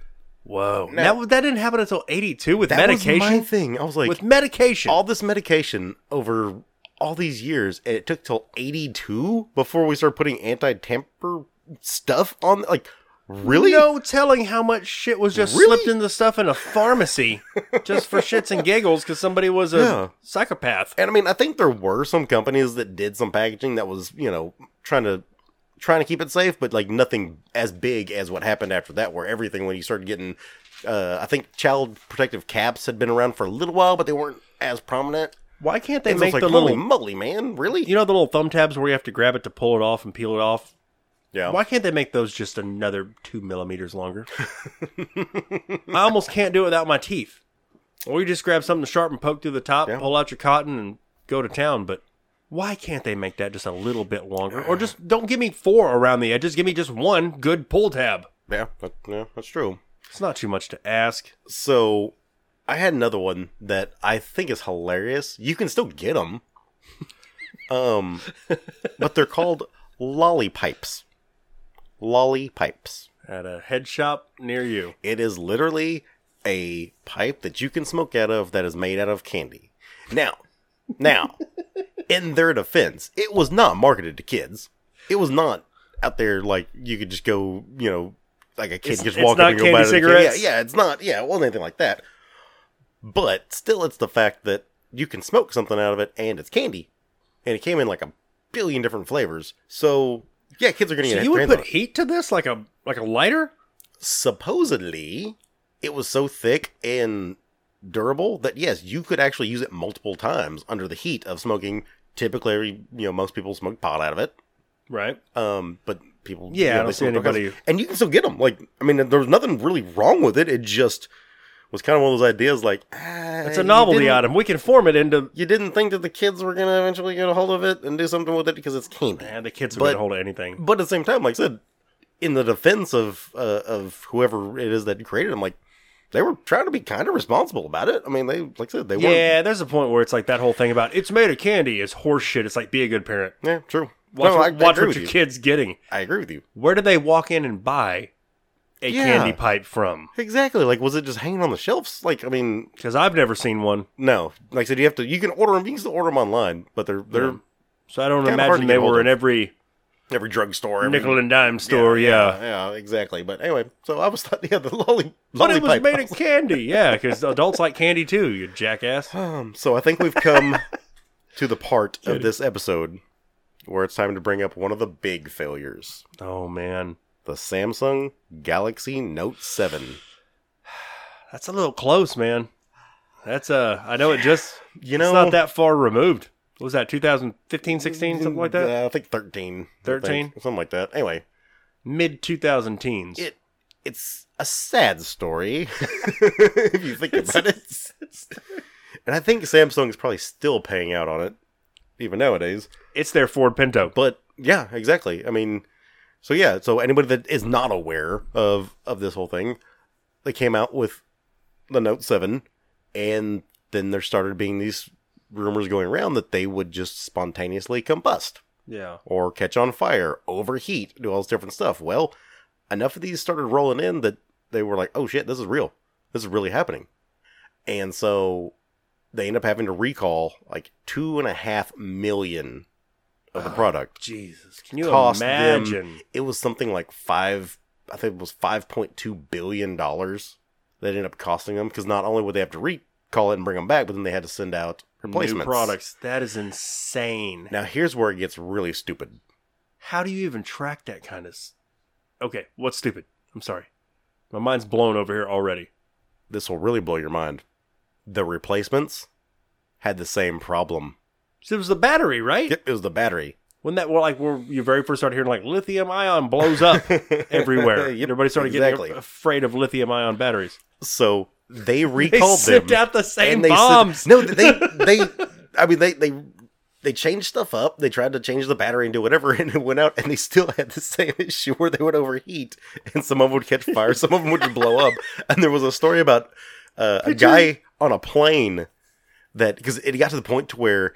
S1: Whoa,
S2: Now-
S1: that that didn't happen until '82 with
S2: That
S1: medication.
S2: was my thing. I was like,
S1: with medication.
S2: all this medication over all these years, and it took till 82 before we started putting anti tamper stuff on. Like, really?
S1: no telling how much shit was just
S2: Really?
S1: slipped into stuff in a pharmacy just for shits and giggles because somebody was a
S2: Yeah.
S1: psychopath.
S2: And I mean, I think there were some companies that did some packaging that was, you know, trying to trying to keep it safe, but like nothing as big as what happened after that, where everything when you started getting, uh, I think child protective caps had been around for a little while, but they weren't as prominent.
S1: Why can't they
S2: And so
S1: make
S2: it's like,
S1: the
S2: holy
S1: little
S2: moly, man, really?
S1: you know the little thumb tabs where you have to grab it to pull it off and peel it off?
S2: yeah.
S1: Why can't they make those just another two millimeters longer? I almost can't do it without my teeth. Or you just grab something sharp and poke through the top,
S2: Yeah.
S1: pull out your cotton, and go to town. But why can't they make that just a little bit longer? Or just don't give me four around the edges. Give me just one good pull tab.
S2: Yeah, that, yeah, that's true.
S1: It's not too much to ask.
S2: So I had another one that I think is hilarious. You can still get them. um, but they're called lollipipes. Lollipipes.
S1: At a head shop near you.
S2: It is literally a pipe that you can smoke out of that is made out of candy. Now, now, in their defense, it was not marketed to kids. It was not out there like you could just go, you know, like a kid
S1: It's-
S2: just
S1: it's
S2: walk
S1: not
S2: up and go
S1: candy
S2: buy the candy.
S1: cigarettes?
S2: Yeah, yeah, it's not. Yeah, it wasn't anything like that. But still, it's the fact that you can smoke something out of it and it's candy, and it came in like a billion different flavors. So yeah, kids are going to
S1: So
S2: get
S1: you
S2: their
S1: would
S2: hands on
S1: put
S2: it.
S1: heat to this like a like a lighter?
S2: supposedly it was so thick and durable that yes, you could actually use it multiple times under the heat of smoking. Typically, you know, most people smoke pot out of it.
S1: Right.
S2: Um, but people,
S1: Yeah,
S2: you
S1: I
S2: know,
S1: don't
S2: they
S1: see
S2: smoke all kinds of-
S1: anybody-
S2: and you can still get them. Like, I mean, there was nothing really wrong with it. It just was kind of one of those ideas, like ah,
S1: It's a
S2: you
S1: novelty
S2: didn't-
S1: item. We can form it into
S2: You didn't think that the kids were gonna eventually get a hold of it and do something with it because it's candy.
S1: Nah, the kids would get
S2: But-
S1: a hold of anything.
S2: But at the same time, like I said, in the defense of uh, of whoever it is that created, them, like, they were trying to be kind of responsible about it. I mean, they like I said they
S1: Yeah, there's a point where it's like that whole thing about it's made of candy is horseshit. It's like be a good parent.
S2: weren't. Yeah, true.
S1: Watch,
S2: no, I, I
S1: what- watch
S2: agree
S1: what
S2: with
S1: your
S2: you.
S1: kid's getting.
S2: I agree with you.
S1: Where did they walk in and buy a
S2: Yeah.
S1: candy pipe from?
S2: Exactly. Like, was it just hanging on the shelves? Like, I mean,
S1: Because I've never seen one,
S2: no. Like I said, you have to. You can order them. You can still order them online, but they're they're
S1: so I don't
S2: Kinda hard to
S1: imagine they
S2: get hold
S1: were
S2: of.
S1: in every
S2: every drugstore, every
S1: nickel and dime store. Yeah,
S2: yeah, exactly. But anyway, so I was thought yeah, the lolly,
S1: but it was
S2: lollypipe
S1: made
S2: house.
S1: of candy. Yeah, because adults like candy too. You jackass.
S2: Um, so I think we've come to the part of this episode where it's time to bring up one of the big failures:
S1: Oh man,
S2: the Samsung Galaxy Note Seven.
S1: that's a little close, man. That's uh, I know it just
S2: You
S1: it's
S2: know,
S1: not that far removed. What was that 2015, 16, something like that?
S2: Uh, I think thirteen, I
S1: 13?
S2: think, something like that. Anyway,
S1: Mid 2000 teens.
S2: it it's a sad story if you think about it. And I think Samsung's probably still paying out on it, even nowadays.
S1: It's their Ford Pinto.
S2: But yeah, exactly. I mean, so yeah, so anybody that is not aware of of this whole thing, they came out with the Note 7 and then there started being these rumors going around that they would just spontaneously combust
S1: Yeah.
S2: or catch on fire, overheat, do all this different stuff. Well, enough of these started rolling in that they were like, "Oh shit, this is real. This is really happening." And so they end up having to recall like two and a half million of the product
S1: Jesus, can you
S2: cost them-
S1: imagine?
S2: it was something like five i think it was 5.2 billion dollars that ended up costing them because not only would they have to recall it and bring them back but then they had to send out
S1: New
S2: replacements
S1: products. That is insane.
S2: now here's where it gets really stupid
S1: How do you even track that kind of? S- okay, what's stupid? I'm sorry, my mind's blown over here already.
S2: this will really blow your mind the replacements had the same problem
S1: So it was the battery, right?
S2: it was the battery
S1: When that, well, like, when you very first started hearing like lithium ion blows up everywhere.
S2: Yep,
S1: Everybody started
S2: exactly
S1: getting afraid of lithium ion batteries.
S2: so
S1: They
S2: they recalled them
S1: sipped out the same
S2: said-
S1: bombs.
S2: no, they they I mean they they they changed stuff up. They tried to change the battery and do whatever, and it went out, and they still had the same issue where they would overheat, and some of them would catch fire, some of them would blow up. And there was a story about uh, a guy on a plane that because it got to the point to where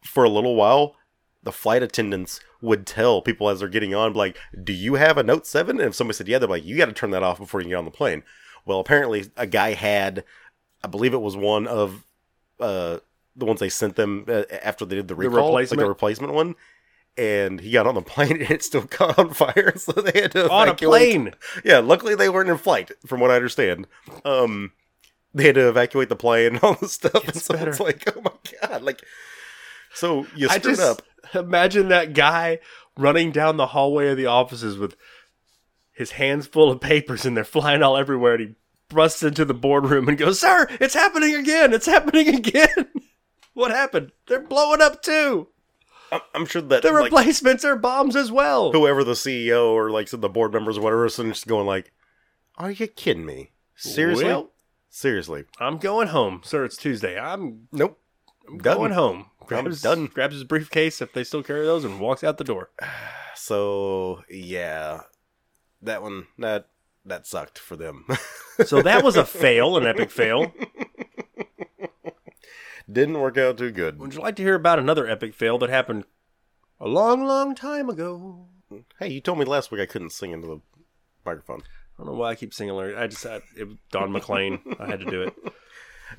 S2: for a little while the flight attendants would tell people as they're getting on like do you have a note 7 and if somebody said yeah they're like you got to turn that off before you get on the plane well apparently a guy had i believe it was one of uh the ones they sent them uh, after they did the recall like
S1: replacement?
S2: the replacement one and he got on the plane and it still caught on fire so they had to
S1: on a
S2: evacuate.
S1: plane.
S2: Yeah, luckily they weren't in flight, from what I understand. Um, they had to evacuate the plane and all this stuff. and so
S1: better.
S2: it's like, oh my god, like, so you
S1: I
S2: screwed
S1: just
S2: up.
S1: imagine that guy running down the hallway of the offices with his hands full of papers and they're flying all everywhere and he busts into the boardroom and goes, Sir, it's happening again. It's happening again. what happened? They're blowing up too.
S2: I'm, I'm sure that
S1: The
S2: like,
S1: replacements are bombs as well.
S2: whoever the CEO or like said the board members or whatever, so just going like, are you kidding me? Seriously?
S1: Well-
S2: Seriously?
S1: I'm going home. Sir, it's Tuesday. I'm
S2: Nope. Done.
S1: going home. Grabs,
S2: done.
S1: grabs his briefcase if they still carry those and walks out the door.
S2: So yeah, that one that that sucked for them.
S1: So that was a fail, an epic fail.
S2: Didn't work out too good.
S1: Would you like to hear about another epic fail that happened a long, long time ago?
S2: Hey, you told me last week I couldn't sing into the microphone.
S1: I don't know why I keep singing Larry. I just, I, it was Don McLean. I had to do it.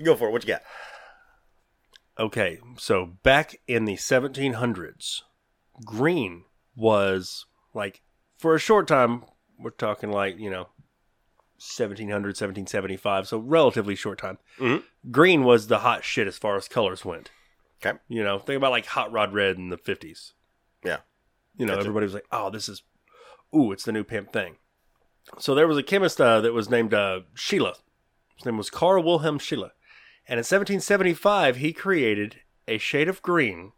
S2: Go for it. What you got?
S1: Okay, so back in the 1700s, green was like, for a short time, we're talking like, you know, 1700, 1775, so relatively short time.
S2: Mhm.
S1: Green was the hot shit as far as colors went.
S2: Okay.
S1: You know, think about like Hot Rod Red in the 50s.
S2: Yeah.
S1: You know,
S2: Gotcha.
S1: everybody was like, oh, this is, ooh, it's the new pimp thing. So there was a chemist uh, that was named uh, Sheila. His name was Carl Wilhelm Scheele. And in 1775, he created a shade of green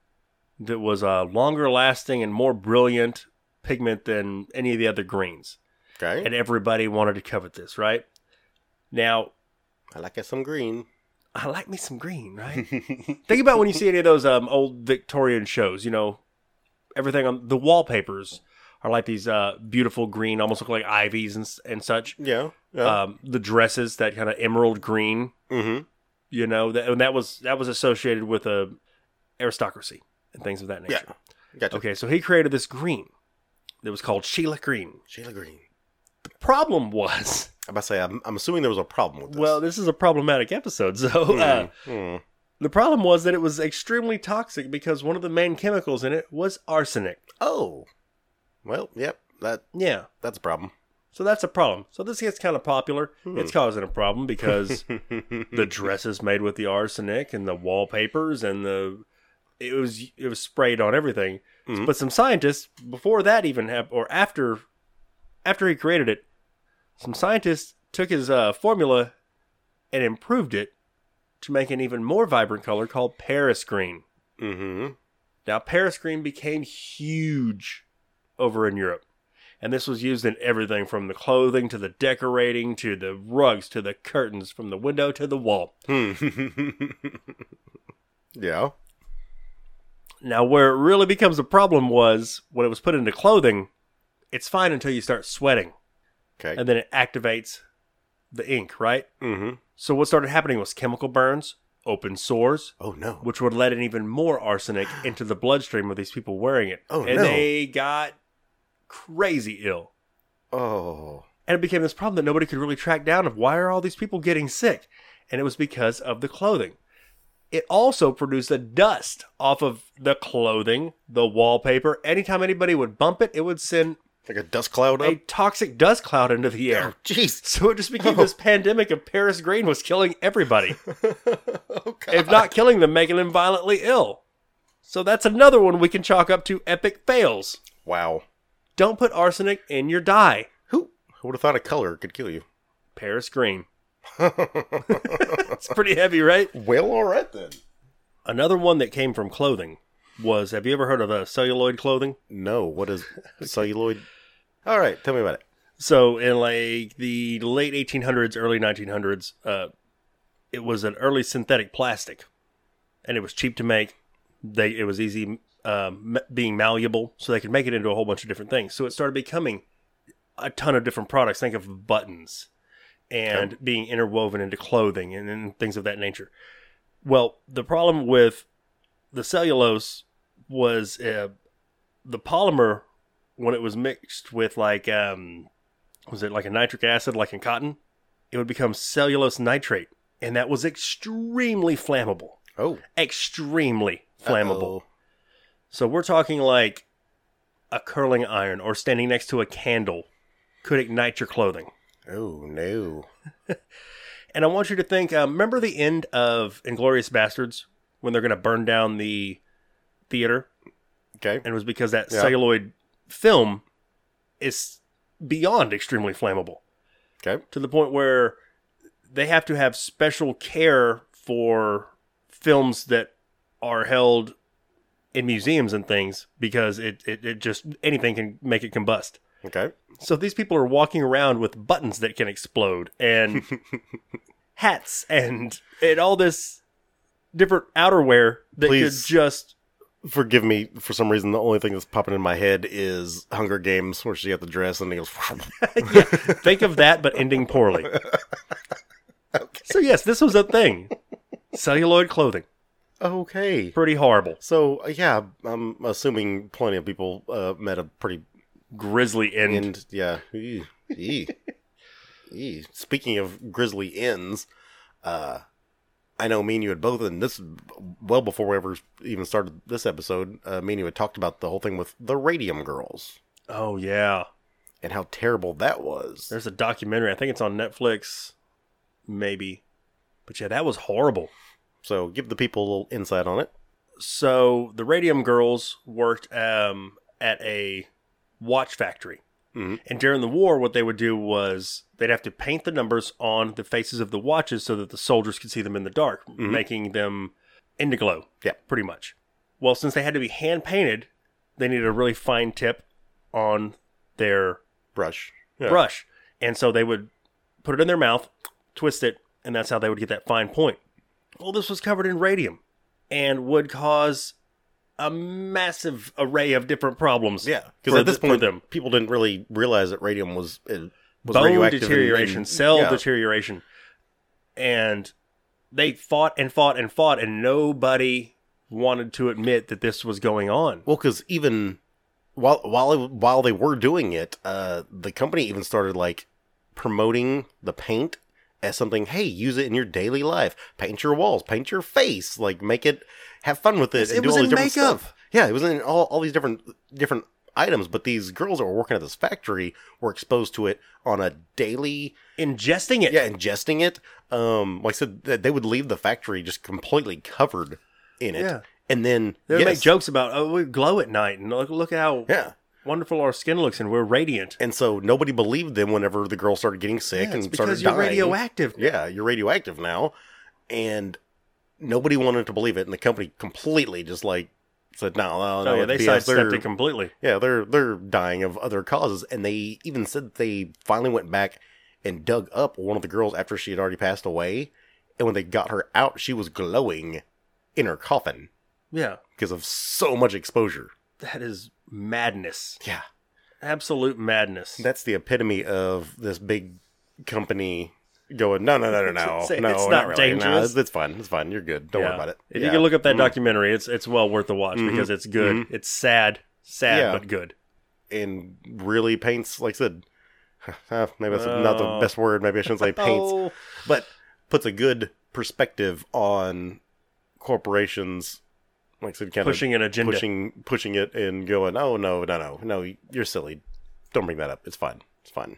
S1: that was a longer lasting and more brilliant pigment than any of the other greens.
S2: Okay.
S1: And everybody wanted to covet this, right? Now,
S2: I like it some green.
S1: I like me some green, right? Think about when you see any of those um, old Victorian shows, you know, everything on the wallpapers are like these uh, beautiful green, almost look like ivies and s- and such.
S2: Yeah. Yeah.
S1: Um, the dresses that kind of emerald green,
S2: mm-hmm.
S1: you know, that, and that was that was associated with a aristocracy and things of that nature.
S2: Yeah. Gotcha.
S1: Okay, so he created this green that was called Sheila Green.
S2: Sheila Green.
S1: The problem was,
S2: I'm about to say, I'm, I'm assuming there was a problem with this.
S1: well, this is a problematic episode. So uh,
S2: Mm, mm.
S1: the problem was that it was extremely toxic because one of the main chemicals in it was arsenic.
S2: oh, well, yep. That
S1: Yeah.
S2: that's a problem.
S1: So that's a problem. So this gets kind of popular. It's causing a problem because the dresses made with the arsenic and the wallpapers and the it was it was sprayed on everything.
S2: Mhm.
S1: But some scientists before that even hap- or after after he created it, some scientists took his uh, formula and improved it to make an even more vibrant color called Paris green.
S2: mm-hmm.
S1: Now, Paris green became huge over in Europe. And this was used in everything from the clothing to the decorating to the rugs to the curtains, from the window to the wall.
S2: yeah.
S1: Now, where it really becomes a problem was when it was put into clothing, it's fine until you start sweating
S2: Okay.
S1: and then it activates the ink, right?
S2: mm-hmm.
S1: So, what started happening was chemical burns, open sores,
S2: Oh no.
S1: which would let in even more arsenic into the bloodstream of these people wearing it.
S2: Oh,
S1: and
S2: no.
S1: they got crazy ill.
S2: Oh.
S1: And it became this problem that nobody could really track down of why are all these people getting sick? And it was because of the clothing. It also produced a dust off of the clothing, the wallpaper. Anytime anybody would bump it, it would send
S2: Like a dust cloud
S1: a
S2: up.
S1: toxic dust cloud into the
S2: Oh,
S1: air.
S2: jeez.
S1: So it just became this pandemic of Paris green was killing everybody.
S2: oh, God.
S1: if not killing them, making them violently ill. So that's another one we can chalk up to epic fails.
S2: Wow.
S1: Don't put arsenic in your dye.
S2: Who who would have thought a color could kill you?
S1: Paris green. it's pretty heavy, right?
S2: Well, all right then.
S1: Another one that came from clothing was have you ever heard of uh, celluloid clothing?
S2: No, what is celluloid? All right, tell me about it.
S1: So in like the late 1800s, early 1900s, uh, it was an early synthetic plastic, and it was cheap to make. They it was easy um, m- being malleable, so they could make it into a whole bunch of different things. So it started becoming a ton of different products. Think of buttons and being interwoven into clothing and, and things of that nature. Well, the problem with the cellulose was uh, the polymer when it was mixed with like um, was it like a nitric acid, like in cotton, it would become cellulose nitrate, and that was extremely flammable.
S2: Oh,
S1: Extremely flammable. So we're talking like a curling iron or standing next to a candle could ignite your clothing.
S2: Oh no.
S1: And I want you to think. Uh, remember the end of *Inglorious Bastards* when they're going to burn down the theater,
S2: Okay.
S1: and it was because that
S2: Yeah.
S1: celluloid film is beyond extremely flammable.
S2: Okay.
S1: to the point where they have to have special care for films that are held in museums and things because it, it, it just anything can make it combust.
S2: Okay.
S1: So these people are walking around with buttons that can explode and hats and and all this different outerwear that
S2: Please.
S1: could just
S2: Forgive me for some reason. The only thing that's popping in my head is Hunger Games, where she got the dress and it goes.
S1: Yeah, think of that but ending poorly. So yes, this was a thing. Celluloid clothing.
S2: okay.
S1: Pretty horrible.
S2: So uh, yeah, I'm assuming plenty of people uh, met a pretty
S1: Grizzly end.
S2: end. Yeah. Ew. Ew. Ew. Speaking of grisly ends, uh, I know me and you had both, and this is well before we ever even started this episode. Uh, me and you had talked about the whole thing with the Radium Girls
S1: Oh yeah.
S2: and how terrible that was.
S1: There's a documentary. I think it's on Netflix maybe. But yeah, that was horrible.
S2: So give the people a little insight on it.
S1: So the Radium Girls worked um, at a watch factory.
S2: Mhm.
S1: And during the war, what they would do was they'd have to paint the numbers on the faces of the watches so that the soldiers could see them in the dark, making them indiglo.
S2: Yeah.
S1: Pretty much. Well, since they had to be hand painted, they needed a really fine tip on their
S2: Brush. Yeah.
S1: brush. And so they would put it in their mouth, twist it, and that's how they would get that fine point. Well, this was covered in radium and would cause a massive array of different problems.
S2: Yeah, because
S1: for
S2: at this
S1: th- for
S2: point,
S1: them
S2: people didn't really realize that radium was it was
S1: bone
S2: radioactive and-
S1: deterioration,
S2: and-
S1: cell
S2: yeah.
S1: deterioration, and they fought and fought and fought, and nobody wanted to admit that this was going on.
S2: Well, because even while while while they were doing it, uh, the company even started like promoting the paint as something. Hey, use it in your daily life. Paint your walls. Paint your face. Like make it. Have fun with it.
S1: It
S2: and do
S1: was
S2: all
S1: in
S2: these different
S1: makeup.
S2: Stuff. Yeah, it was in all, all these different different items. But these girls that were working at this factory were exposed to it on a daily
S1: Ingesting it,
S2: yeah, ingesting it. Um, like I said, that they would leave the factory just completely covered in it.
S1: Yeah.
S2: And then
S1: they would
S2: yes,
S1: make jokes about oh we glow at night and look look at how
S2: Yeah.
S1: wonderful our skin looks and we're radiant.
S2: And so nobody believed them whenever the girl started getting sick
S1: Yeah,
S2: and
S1: it's
S2: started
S1: because you're
S2: dying.
S1: radioactive.
S2: Yeah, you're radioactive now. And nobody wanted to believe it, and the company completely just like said, "No, no, no."
S1: So yeah,
S2: it's
S1: they
S2: BS.
S1: sidestepped
S2: They're-
S1: it completely.
S2: Yeah, they're they're dying of other causes, and they even said that they finally went back and dug up one of the girls after she had already passed away, and when they got her out, she was glowing in her coffin
S1: Yeah,
S2: because of so much exposure.
S1: that is madness,
S2: Yeah,
S1: absolute madness.
S2: that's the epitome of this big company going no no no no no
S1: It's- it's
S2: no
S1: not
S2: really. no,
S1: dangerous."
S2: it's, it's fine it's fine you're good don't worry
S1: Yeah.
S2: about it
S1: If
S2: Yeah. Mm-hmm.
S1: You can look up that documentary. It's it's well worth the watch because it's good. It's sad, sad
S2: Yeah.
S1: but good.
S2: and really paints like I said uh, maybe that's not the
S1: Oh.
S2: best word maybe I shouldn't say paints but puts a good perspective on corporations, like I said, kind
S1: pushing an
S2: of
S1: agenda.
S2: pushing pushing it and going, oh no, no, no, no, you're silly. Don't bring that up. It's fine. It's fine.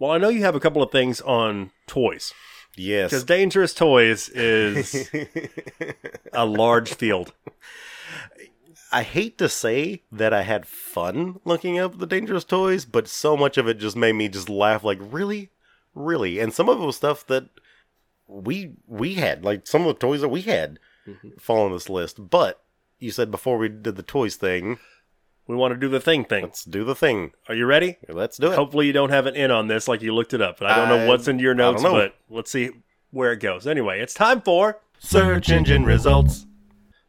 S1: Well, I know you have a couple of things on toys because
S2: Yes.
S1: dangerous toys is a large field.
S2: I hate to say that I had fun looking up the dangerous toys, but so much of it just made me just laugh like, really? Really? And some of it was stuff that we we had, like some of the toys that we had
S1: Mm-hmm.
S2: fall on this list. But you said before we did the toys thing,
S1: We want to do the thing thing.
S2: let's do the thing.
S1: Are you ready?
S2: Let's do it.
S1: Hopefully, you don't have an in on this like you looked it up. But I don't know
S2: I-
S1: what's in your
S2: I don't
S1: notes,
S2: know.
S1: but let's see where it goes. Anyway, it's time for
S2: Search engine results.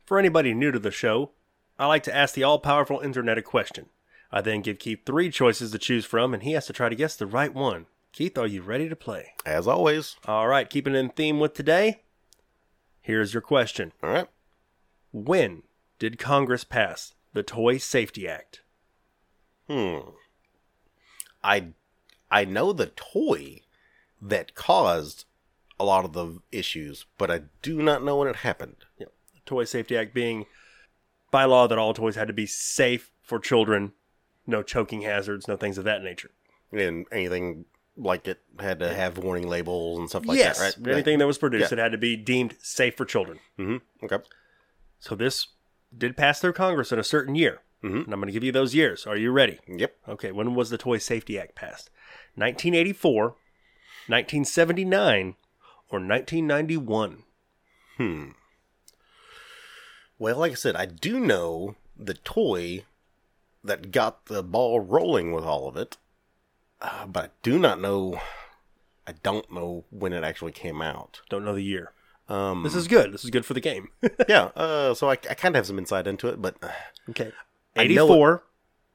S1: For anybody new to the show, I like to ask the all powerful internet a question. I then give Keith three choices to choose from, and he has to try to guess the right one. Keith, are you ready to play?
S2: As always.
S1: All right, keeping in theme with today, here's your question
S2: All right.
S1: When did Congress pass the Toy Safety Act?
S2: Hmm. I I know the toy that caused a lot of the issues, but I do not know when it happened.
S1: The Toy Safety Act being by law that all toys had to be safe for children, no choking hazards, no things of that nature.
S2: And anything like it had to have warning labels and stuff like
S1: yes,
S2: that, right?
S1: anything that was produced,
S2: Yeah.
S1: it had to be deemed safe for children.
S2: Mm-hmm. Okay.
S1: So this did pass through Congress in a certain year.
S2: Mhm.
S1: And I'm going to give you those years. Are you ready?
S2: Yep.
S1: Okay, when was the Toy Safety Act passed? 1984, 1979, or 1991?
S2: Hmm. Well, like I said, I do know the toy that got the ball rolling with all of it, uh, but I do not know. I don't know when it actually came out.
S1: Don't know the year.
S2: Um,
S1: This is good. This is good for the game.
S2: yeah. Uh, so I, I kind of have some insight into it, but uh,
S1: okay.
S2: I know
S1: 84,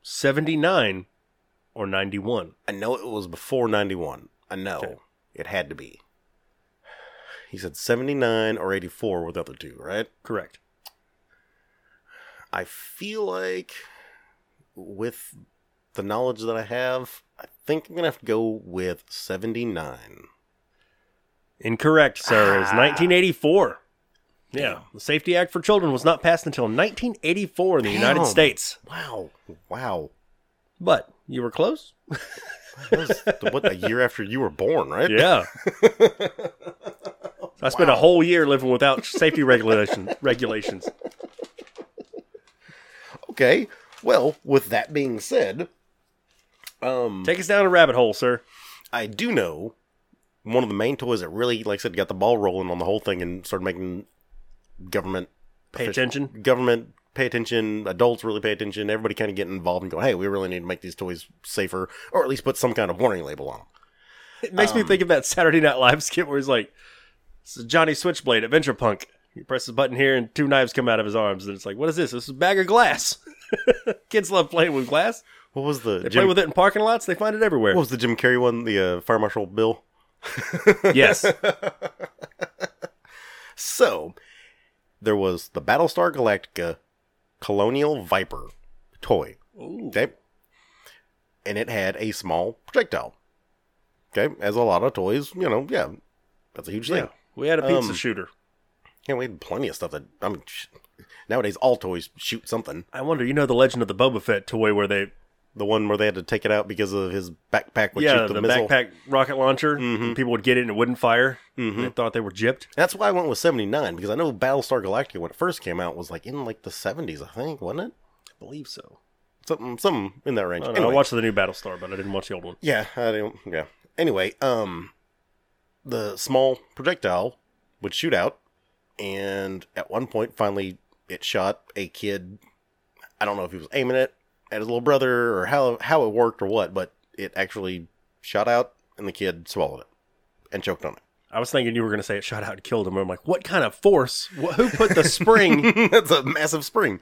S1: 79, or 91?
S2: I know it was before ninety one. I know
S1: Okay.
S2: it had to be. He said seventy nine or eighty four were the other two, right?
S1: Correct.
S2: I feel like with the knowledge that I have, I think I'm gonna have to go with 79.
S1: Incorrect, sir. It was
S2: Ah.
S1: 1984. Yeah.
S2: Damn.
S1: The Safety Act for Children was not passed until 1984 in the United
S2: Damn.
S1: States.
S2: Wow, wow.
S1: But you were close.
S2: That was the- what a year after you were born, right?
S1: Yeah. So I spent a whole year living without safety regulation regulations.
S2: Okay. Well, with that being said, um,
S1: Take us down a rabbit hole, sir.
S2: I do know one of the main toys that really, like I said, got the ball rolling on the whole thing and started making government
S1: Pay
S2: Official.
S1: attention.
S2: government pay attention, adults really pay attention, everybody kind of get involved and go, hey, we really need to make these toys safer, or at least put some kind of warning label on them. Um,
S1: It makes me think of that Saturday Night Live skit where he's like, "This is Johnny Switchblade, Adventure Punk. He presses button here, and two knives come out of his arms. And it's like, what is this? This is a bag of glass. Kids love playing with glass.
S2: What was
S1: They
S2: the
S1: play
S2: Jim,
S1: with it in parking lots. They find it everywhere.
S2: What was the Jim Carrey one? The uh, Fire Marshal Bill.
S1: yes.
S2: So there was the Battlestar Galactica Colonial Viper toy.
S1: Ooh.
S2: Okay. And it had a small projectile. Okay. As a lot of toys, you know, yeah. That's a huge
S1: Yeah.
S2: thing.
S1: We had a pizza
S2: Um,
S1: shooter.
S2: Yeah, we had plenty of stuff that, I mean, sh- nowadays all toys shoot something.
S1: I wonder, you know, the Legend of the Boba Fett toy where they,
S2: The one where they had to take it out because of his backpack would
S1: yeah,
S2: shoot the,
S1: the, Mm-hmm.
S2: missile.
S1: backpack rocket launcher. and people would get it and it wouldn't fire. And they thought they were gypped.
S2: Mm-hmm. That's why I went with 79 because I know Battlestar Galactica when it first came out was like in like the 70s, I think, wasn't it?
S1: I believe so.
S2: Something, something in that range.
S1: I, don't know,
S2: Anyway.
S1: I watched the new Battlestar, but I didn't watch the old one.
S2: Yeah, I don't. Yeah. Anyway, um, the small projectile would shoot out, and at one point, finally, it shot a kid. I don't know if he was aiming it at his little brother or how how it worked or what, but it actually shot out, and the kid swallowed it and choked on
S1: I was thinking you were going to say it shot out and killed him. I'm like, what kind of force? Wh- Who put the spring?
S2: it. That's a massive spring.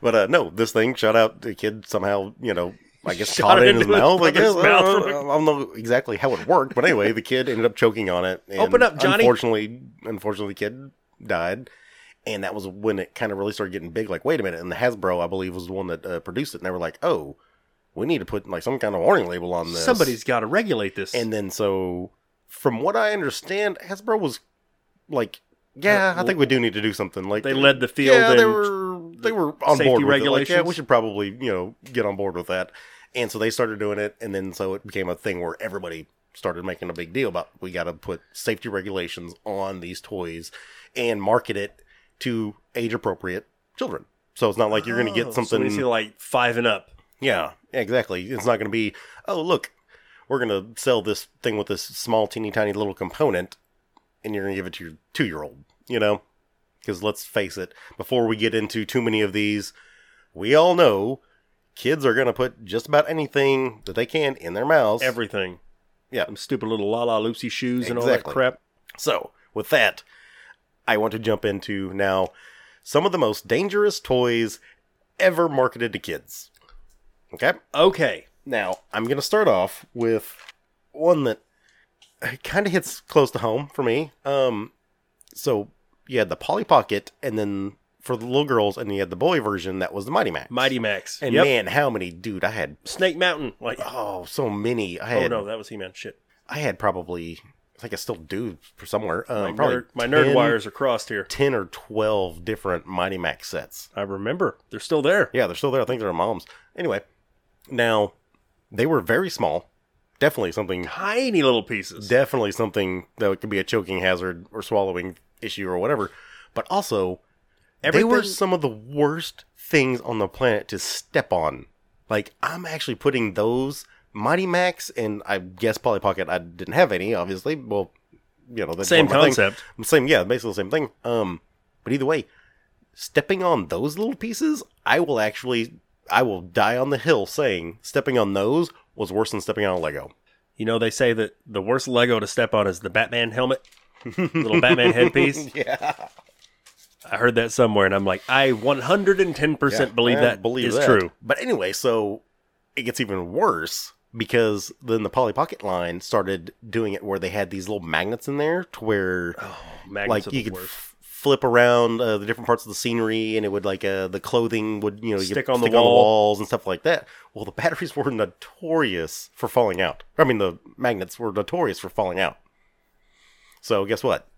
S2: But uh, no, this thing shot out. The kid somehow, you know, I guess
S1: Shot
S2: caught
S1: it
S2: it in his
S1: into his
S2: mouth. I guess
S1: brother's
S2: I don't,
S1: mouth.
S2: know, I don't know exactly how it worked, but anyway, the kid ended up choking on it. And
S1: Open up, Johnny.
S2: Unfortunately, unfortunately, the kid died, and that was when it kind of really started getting big. Like, wait a minute, and the Hasbro, I believe, was the one that uh, produced it, and they were like, oh, we need to put like some kind of warning label on this.
S1: Somebody's got to regulate this.
S2: And then so, from what I understand, Hasbro was like, yeah, I think we do need to do something. Like
S1: Uh, they led the field.
S2: yeah,
S1: and
S2: they were they were on
S1: safety
S2: board with It. Like, yeah,
S1: regulations.
S2: we should probably you know get on board with that. And so they started doing it, and then so it became a thing where everybody started making a big deal about we got to put safety regulations on these toys and market it to age appropriate children. So it's not like you're going to
S1: Oh,
S2: get something.
S1: So we see like five and up.
S2: Yeah, exactly. It's not going to be, oh, look, we're going to sell this thing with this small, teeny tiny little component, and you're going to give it to your two year old, you know? Because let's face it, before we get into too many of these, we all know kids are going to put just about anything that they can in their mouths.
S1: Everything.
S2: Yeah.
S1: Them stupid little La La Loopsy shoes and all that
S2: Exactly.
S1: crap.
S2: So, with that, I want to jump into now some of the most dangerous toys ever marketed to kids. Okay?
S1: Okay.
S2: Now, I'm going to start off with one that kind of hits close to home for me. Um, so you had the Polly Pocket, and then for the little girls, and you had the boy version that was the Mighty Max.
S1: Mighty Max.
S2: And
S1: yep.
S2: man, how many, dude? I had
S1: Snake Mountain. Like,
S2: oh, so many. I
S1: oh
S2: had
S1: no, that was He Man. Shit.
S2: I had probably I think I still do for somewhere. Um,
S1: My,
S2: probably
S1: nerd, my nerd
S2: 10
S1: wires are crossed here.
S2: ten or twelve different Mighty Max sets.
S1: I remember. They're still there.
S2: Yeah, they're still there. I think they're at mom's. Anyway, now they were very small. Definitely something
S1: Tiny little pieces.
S2: definitely something that could be a choking hazard or swallowing issue or whatever. But also, they were
S1: Everything-
S2: some of the worst things on the planet to step on. Like I'm actually putting those Mighty Max and I guess Polly Pocket. I didn't have any, obviously. Well, you know, that's
S1: Same
S2: one of my things.
S1: concept.
S2: Same, yeah, basically the same thing. Um, but either way, stepping on those little pieces, I will actually, I will die on the hill saying stepping on those was worse than stepping on a Lego.
S1: You know, they say that the worst Lego to step on is the Batman helmet, little Batman headpiece.
S2: Yeah.
S1: I heard that somewhere, and I'm like, I 110%
S2: Yeah,
S1: believe
S2: I
S1: that
S2: believe
S1: is
S2: that.
S1: true.
S2: But anyway, so it gets even worse because then the Polly Pocket line started doing it where they had these little magnets in there to where
S1: Oh, Magnets
S2: like
S1: like
S2: you could
S1: worst.
S2: f- flip around uh, the different parts of the scenery and it would like uh, the clothing would you know you could
S1: Stick on the wall.
S2: walls and stuff like that. Well, the batteries were notorious for falling out. I mean, the magnets were notorious for falling out. So guess what?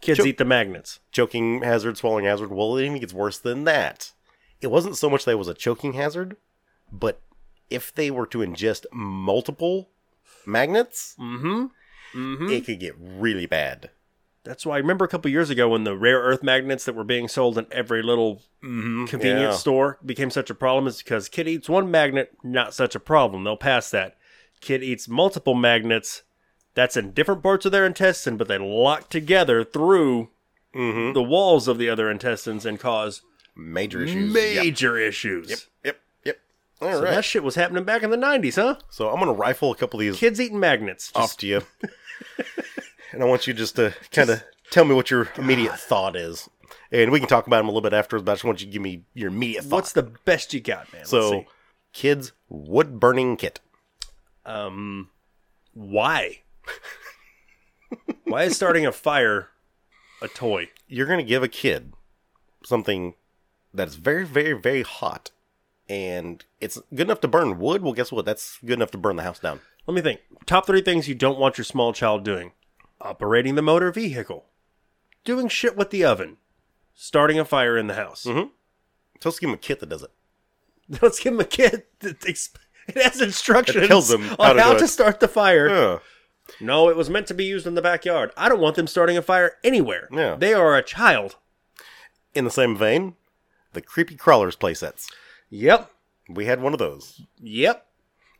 S1: Kids eat the magnets.
S2: choking hazard, swallowing hazard. Well, it even gets worse than that. It wasn't so much that it was a choking hazard, but if they were to ingest multiple magnets,
S1: Mm-hmm. Mm-hmm.
S2: it could get really bad.
S1: That's why I remember a couple years ago when the rare earth magnets that were being sold in every little
S2: Mm-hmm.
S1: convenience store became such a problem is because kid eats one magnet, not such a problem. They'll pass that. Kid eats multiple magnets. That's in different parts of their intestine, but they lock together through
S2: hmm
S1: the walls of the other intestines and cause
S2: Major issues. Yep.
S1: major issues.
S2: Yep. Yep. Yep. All right.
S1: So that shit was happening back in the 90s, huh?
S2: So I'm gonna rifle a couple of these
S1: Kids eating magnets. Just
S2: off to you, and I want you just to kind of tell me what your immediate thought is, and we can talk about them a little bit afterwards. But I just want you to give me your immediate thought.
S1: What's the best you got, man? Let's
S2: Oh, so,
S1: see.
S2: kids wood burning kit.
S1: um, why? why is starting a fire a toy?
S2: You're gonna give a kid something that's very, very, very hot, and it's good enough to burn wood. Well, guess what? That's good enough to burn the house down.
S1: Let me think. Top three things you don't want your small child doing operating the motor vehicle, doing shit with the oven, starting a fire in the house.
S2: So let's give him a kit that does it. Mm-hmm.
S1: Let's give him a kid that ex- it has instructions
S2: It tells them
S1: on
S2: how
S1: how,
S2: to do
S1: to,
S2: it.
S1: start the fire.
S2: Yeah.
S1: No, it was meant to be used in the backyard. I don't want them starting a fire anywhere.
S2: Yeah.
S1: They are a child.
S2: In the same vein, the creepy crawlers playsets.
S1: Yep.
S2: We had one of those,
S1: Yep.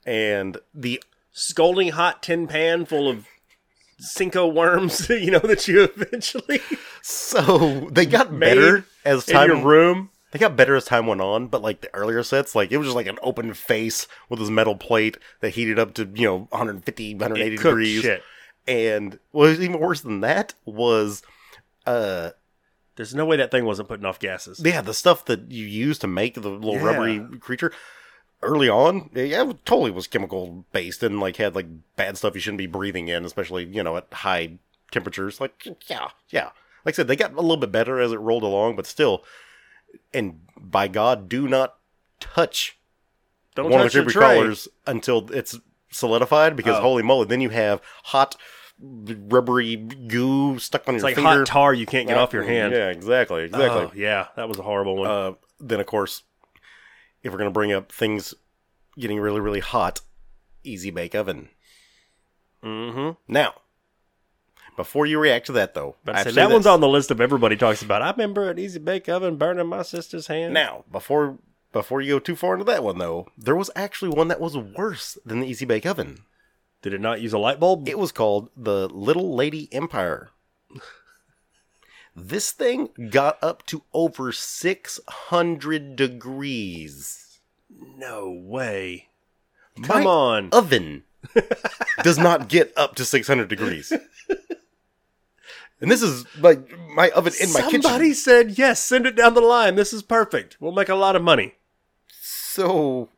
S2: and the
S1: Scalding hot tin pan full of Cinco worms, you know, that you eventually
S2: so they got
S1: Made
S2: better as
S1: in your
S2: time
S1: room.
S2: They got better as time went on, but like the earlier sets, like it was just like an open face with this metal plate that heated up to, you know, 150, 180
S1: It cooked
S2: degrees.
S1: shit.
S2: And what was even worse than that was uh
S1: There's no way that thing wasn't putting off gases.
S2: yeah, the stuff that you use to make the little
S1: Yeah.
S2: rubbery creature early on, yeah, it totally was chemical based and like had like bad stuff you shouldn't be breathing in, especially, you know, at high temperatures. Like yeah, yeah. Like I said, they got a little bit better as it rolled along, but still and by God, do not touch
S1: Don't
S2: one
S1: touch
S2: of the
S1: the
S2: creepy
S1: tray.
S2: crawlers until it's solidified because
S1: Oh.
S2: holy moly then you have hot rubbery goo stuck on
S1: It's
S2: your
S1: like
S2: finger
S1: hot tar you can't get off your hand.
S2: yeah exactly exactly
S1: Oh, yeah, that was a horrible one.
S2: uh, then of course if we're going to bring up things getting really really hot easy bake oven
S1: mm-hmm.
S2: now before you react to that though I have to say
S1: that one's
S2: this.
S1: on the list of everybody talks about. I remember an easy bake oven burning my sister's hand.
S2: now before before you go too far into that one though there was actually one that was worse than the easy bake oven
S1: Did it not use a light bulb?
S2: It was called the Little Lady Empire. This thing got up to over 600 degrees.
S1: no way.
S2: My
S1: Come on.
S2: Oven does not get up to 600 degrees. And this is like my oven in my
S1: Somebody
S2: kitchen.
S1: said yes. Send it down the line. This is perfect. We'll make a lot of money.
S2: So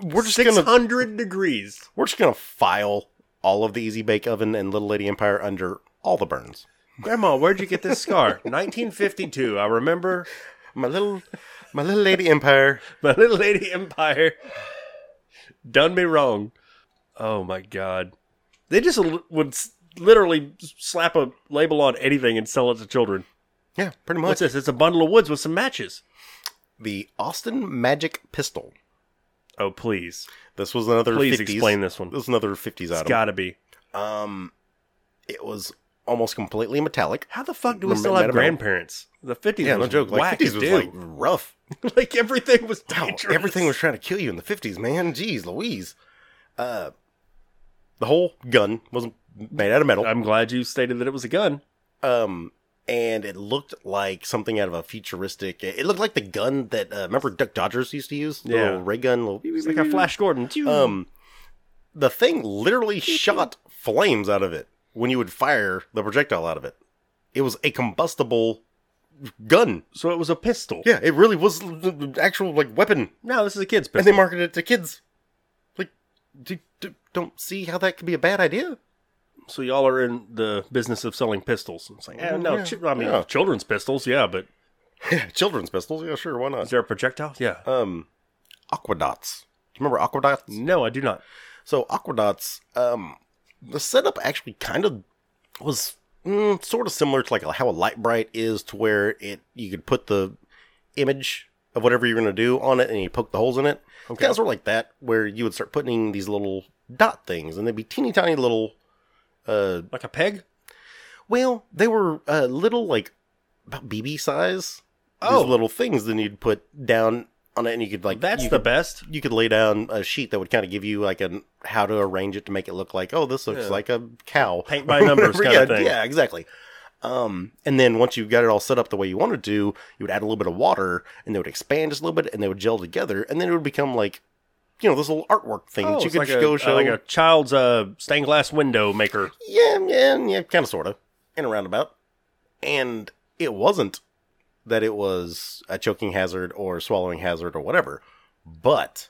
S2: we're just
S1: Six
S2: gonna
S1: hundred degrees.
S2: we're just gonna file all of the Easy Bake Oven and Little Lady Empire under all the burns.
S1: Grandma, where'd you get this scar? 1952. I remember
S2: My little my little lady empire.
S1: my little lady empire done me wrong. Oh my god, they just l- would s- literally slap a label on anything and sell it to children.
S2: Yeah, pretty much.
S1: What's this? It's a bundle of woods with some matches.
S2: the Austin Magic Pistol.
S1: Oh please,
S2: This was another
S1: please
S2: 50s.
S1: explain this one.
S2: This was another 50s
S1: It's
S2: item.
S1: gotta be.
S2: um, it was almost completely metallic.
S1: How the fuck do we
S2: Rem-
S1: still have
S2: metal.
S1: grandparents? The fifties,
S2: Yeah,
S1: was
S2: no joke. Like
S1: whack
S2: 50s
S1: as
S2: was
S1: do.
S2: like rough.
S1: like, everything was
S2: Wow,
S1: dangerous.
S2: everything was trying to kill you in the 50s, man. Jeez, Louise. Uh, the whole gun was made out of metal.
S1: I'm glad you stated that it was a gun.
S2: Um, and it looked like something out of a futuristic. It looked like the gun that uh, remember Duck Dodgers used to use. The
S1: Yeah.
S2: little ray gun. Little
S1: It's like a Flash Gordon.
S2: Um, the thing literally shot flames out of it when you would fire the projectile out of it. It was a combustible gun.
S1: so it was a pistol.
S2: Yeah, it really was the the actual like weapon,
S1: No, this is a kid's
S2: and
S1: pistol.
S2: they marketed it to kids. Like, do, do, don't see how that could be a bad idea.
S1: so y'all are in the business of selling pistols. It's like, eh, no,
S2: Yeah.
S1: chi- I mean,
S2: Yeah.
S1: children's pistols, yeah, but
S2: Children's pistols, yeah, sure, why
S1: is
S2: not?
S1: there a projectile? Yeah.
S2: Um, aquadots. Do you remember aquadots?
S1: No, I do not.
S2: So Aquadots, um, the setup actually kind of was mm, sort of similar to like how a light bright is, to where it you could put the image of whatever you're gonna do on it, and you poke the holes in it. It's
S1: Okay.
S2: kind of sort of like that, where you would start putting these little dot things, and they'd be teeny tiny little. Uh,
S1: Like a peg?
S2: well, they were uh, little like about BB size.
S1: Oh.
S2: These little things then you'd put down on it, and you could like
S1: That's
S2: you
S1: the
S2: could
S1: best.
S2: you could lay down a sheet that would kind of give you like an how to arrange it to make it look like oh this looks
S1: Yeah.
S2: like a cow
S1: Paint by numbers
S2: Whatever.
S1: kind
S2: yeah,
S1: of thing.
S2: yeah exactly um and then once you got it all set up the way you wanted to you would add a little bit of water and they would expand just a little bit and they would gel together and then it would become like you know this little artwork thing
S1: Oh,
S2: that you
S1: it's
S2: could
S1: like
S2: just
S1: a,
S2: go
S1: uh,
S2: show
S1: like a child's uh, stained glass window maker.
S2: yeah yeah yeah kind of sort of in a roundabout And it wasn't that it was a choking hazard or swallowing hazard or whatever. But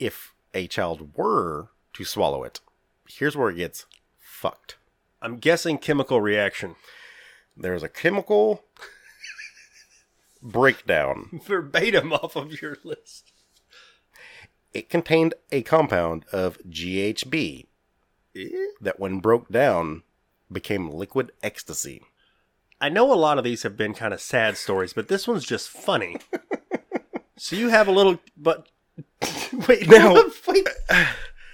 S2: if a child were to swallow it, here's where it gets fucked.
S1: I'm guessing chemical reaction.
S2: There's a chemical breakdown
S1: Verbatim off of your list.
S2: it contained a compound of GHB
S1: Eh?
S2: that, when broke down, became liquid ecstasy.
S1: I know a lot of these have been kind of sad stories, but this one's just funny. so you have a little, but wait,
S2: Now-
S1: wait.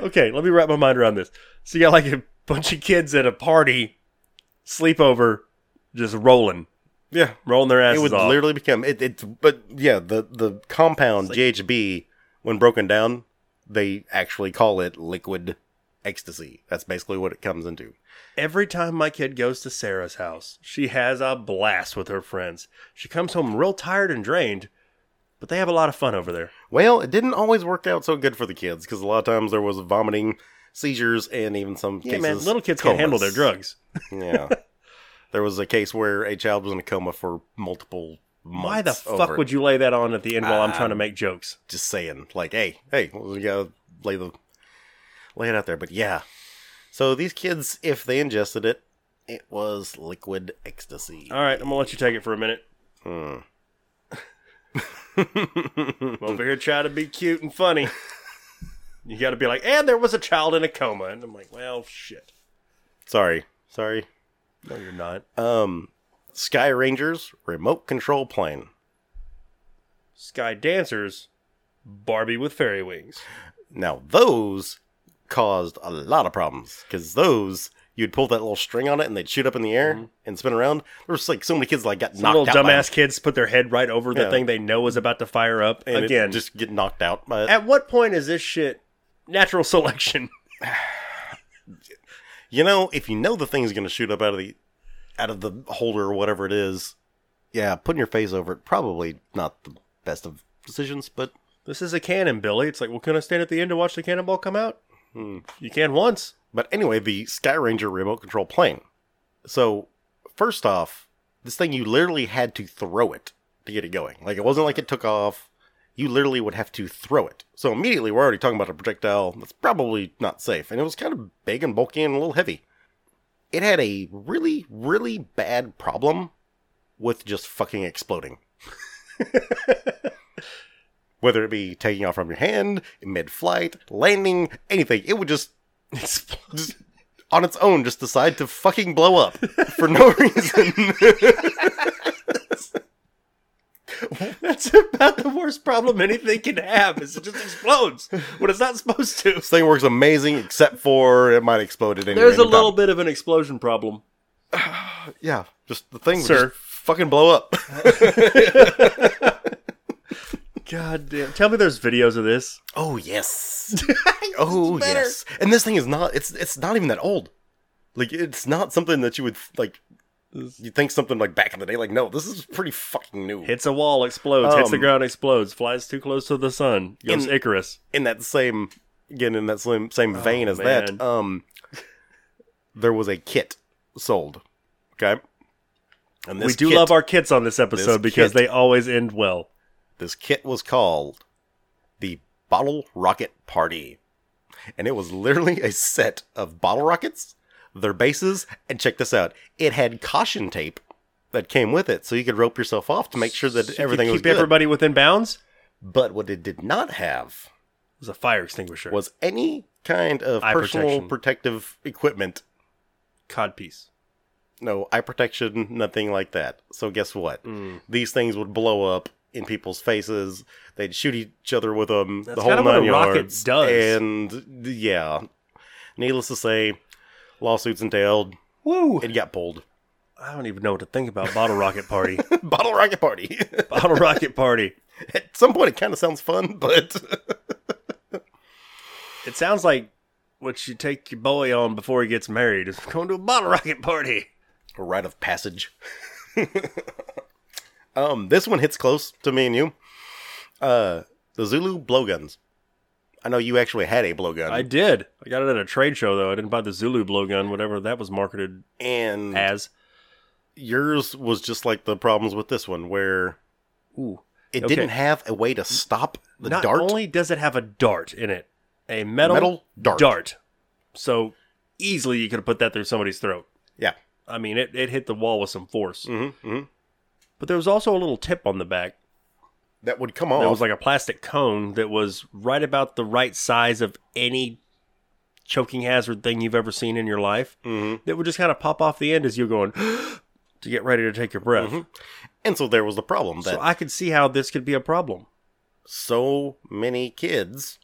S1: okay, let me wrap my mind around this. So you got like a bunch of kids at a party, sleepover, just rolling,
S2: Yeah,
S1: rolling their asses
S2: it would
S1: off.
S2: literally become it. It's but yeah, the the compound GHB, when broken down, they actually call it liquid ecstasy. That's basically what it comes into.
S1: Every time my kid goes to Sarah's house, she has a blast with her friends. She comes home real tired and drained, but they have a lot of fun over there.
S2: Well, it didn't always work out so good for the kids because a lot of times there was vomiting, seizures, and even some
S1: Yeah,
S2: cases.
S1: man, little kids can't handle their
S2: comas.
S1: drugs.
S2: Yeah. there was a case where a child was in a coma for multiple months.
S1: Why the fuck
S2: over it.
S1: would you lay that on at the end while I'm
S2: Ah.
S1: trying to make jokes?
S2: just saying like, hey, hey, we gotta lay the lay it out there. But yeah. So these kids, if they ingested it, it was liquid ecstasy.
S1: All right, I'm gonna let you take it for a minute.
S2: Hmm.
S1: I'm over here trying to be cute and funny. You got to be like, and there was a child in a coma, and I'm like, well, shit.
S2: Sorry. Sorry.
S1: No, you're not.
S2: Um Sky Rangers remote control plane.
S1: Sky dancers, Barbie with fairy wings.
S2: Now those caused a lot of problems because those you'd pull that little string on it and they'd shoot up in the air and spin around. There was like so many kids like got
S1: Mm-hmm. Some
S2: knocked
S1: little
S2: out by
S1: dumbass kids put their head right over the
S2: Yeah.
S1: thing they know is about to fire up.
S2: them, and it'd
S1: Again,
S2: just get knocked out. By it.
S1: at what point is this shit natural selection?
S2: You know, if you know the thing's going to shoot up out of the out of the holder or whatever it is, yeah, putting your face over it probably not the best of decisions, but
S1: This is a cannon, Billy. It's like, well, can I stand at the end to watch the cannonball come out?
S2: Hmm.
S1: You can once.
S2: But anyway, the Sky Ranger remote control plane. So, first off, this thing you literally had to throw it to get it going. Like it wasn't like it took off. You literally would have to throw it. So immediately we're already talking about a projectile that's probably not safe. And it was kind of big and bulky and a little heavy. It had a really, really bad problem with just fucking exploding. Whether it be taking off from your hand, mid flight, landing, anything, it would just just on its own just decide to fucking blow up for no reason.
S1: That's about the worst problem anything can have. Is it just explodes when it's not supposed to?
S2: this thing works amazing, except for it might explode at any.
S1: There's a
S2: random
S1: little bit of an explosion problem.
S2: time. yeah. Just the thing, would
S1: Sir.
S2: just fucking blow up.
S1: God damn! Tell me there's videos of this.
S2: oh yes. oh yes. And this thing is not. It's it's not even that old. Like it's not something that you would like. You think something like back in the day? Like no, this is pretty fucking new.
S1: Hits a wall, explodes. hits the
S2: Um,
S1: ground, explodes. Flies too close to the sun. Goes
S2: In-
S1: Icarus.
S2: in that same again in that same same vein as
S1: Oh, man.
S2: that um there was a kit sold okay and
S1: We do love our kits on this episode
S2: This
S1: because
S2: kit.
S1: they always end well.
S2: this kit was called the bottle rocket party and it was literally a set of bottle rockets their bases and check this out it had caution tape that came with it so you could rope yourself off to make sure that everything
S1: keep
S2: was good
S1: everybody within bounds.
S2: but what it did not have
S1: It was a fire extinguisher.
S2: was any kind of
S1: Eye
S2: personal
S1: protection.
S2: protective equipment
S1: codpiece.
S2: no eye protection, nothing like that. So guess what?
S1: Mm.
S2: These things would blow up in people's faces. They'd shoot each other with them.
S1: That's
S2: the whole
S1: kinda what a
S2: nine
S1: rocket
S2: yards.
S1: does.
S2: And yeah, needless to say, lawsuits entailed.
S1: Woo!
S2: It got pulled.
S1: I don't even know what to think about bottle rocket party.
S2: Bottle rocket party.
S1: bottle rocket party.
S2: At some point, it kind of sounds fun, but
S1: It sounds like what you take your boy on before he gets married is going to a bottle rocket party.
S2: a rite of passage. um, this one hits close to me and you. Uh, the Zulu blowguns. I know you actually had a blowgun.
S1: I did. I got it at a trade show though. I didn't buy the Zulu blowgun, whatever that was marketed
S2: and
S1: as.
S2: yours was just like the problems with this one, where
S1: Ooh.
S2: it
S1: Okay.
S2: didn't have a way to stop the
S1: Not
S2: dart.
S1: only does it have a dart in it, a metal,
S2: Metal dart.
S1: So easily you could have put that through somebody's throat.
S2: yeah.
S1: I mean, it, it hit the wall with some force.
S2: Mm-hmm, mm-hmm.
S1: But there was also a little tip on the back
S2: That would come off.
S1: that was like a plastic cone that was right about the right size of any choking hazard thing you've ever seen in your life
S2: Mhm.
S1: that would just kind of pop off the end as you're going to get ready to take your breath.
S2: Mm-hmm. and so there was the problem that
S1: So I could see how this could be a problem.
S2: so many kids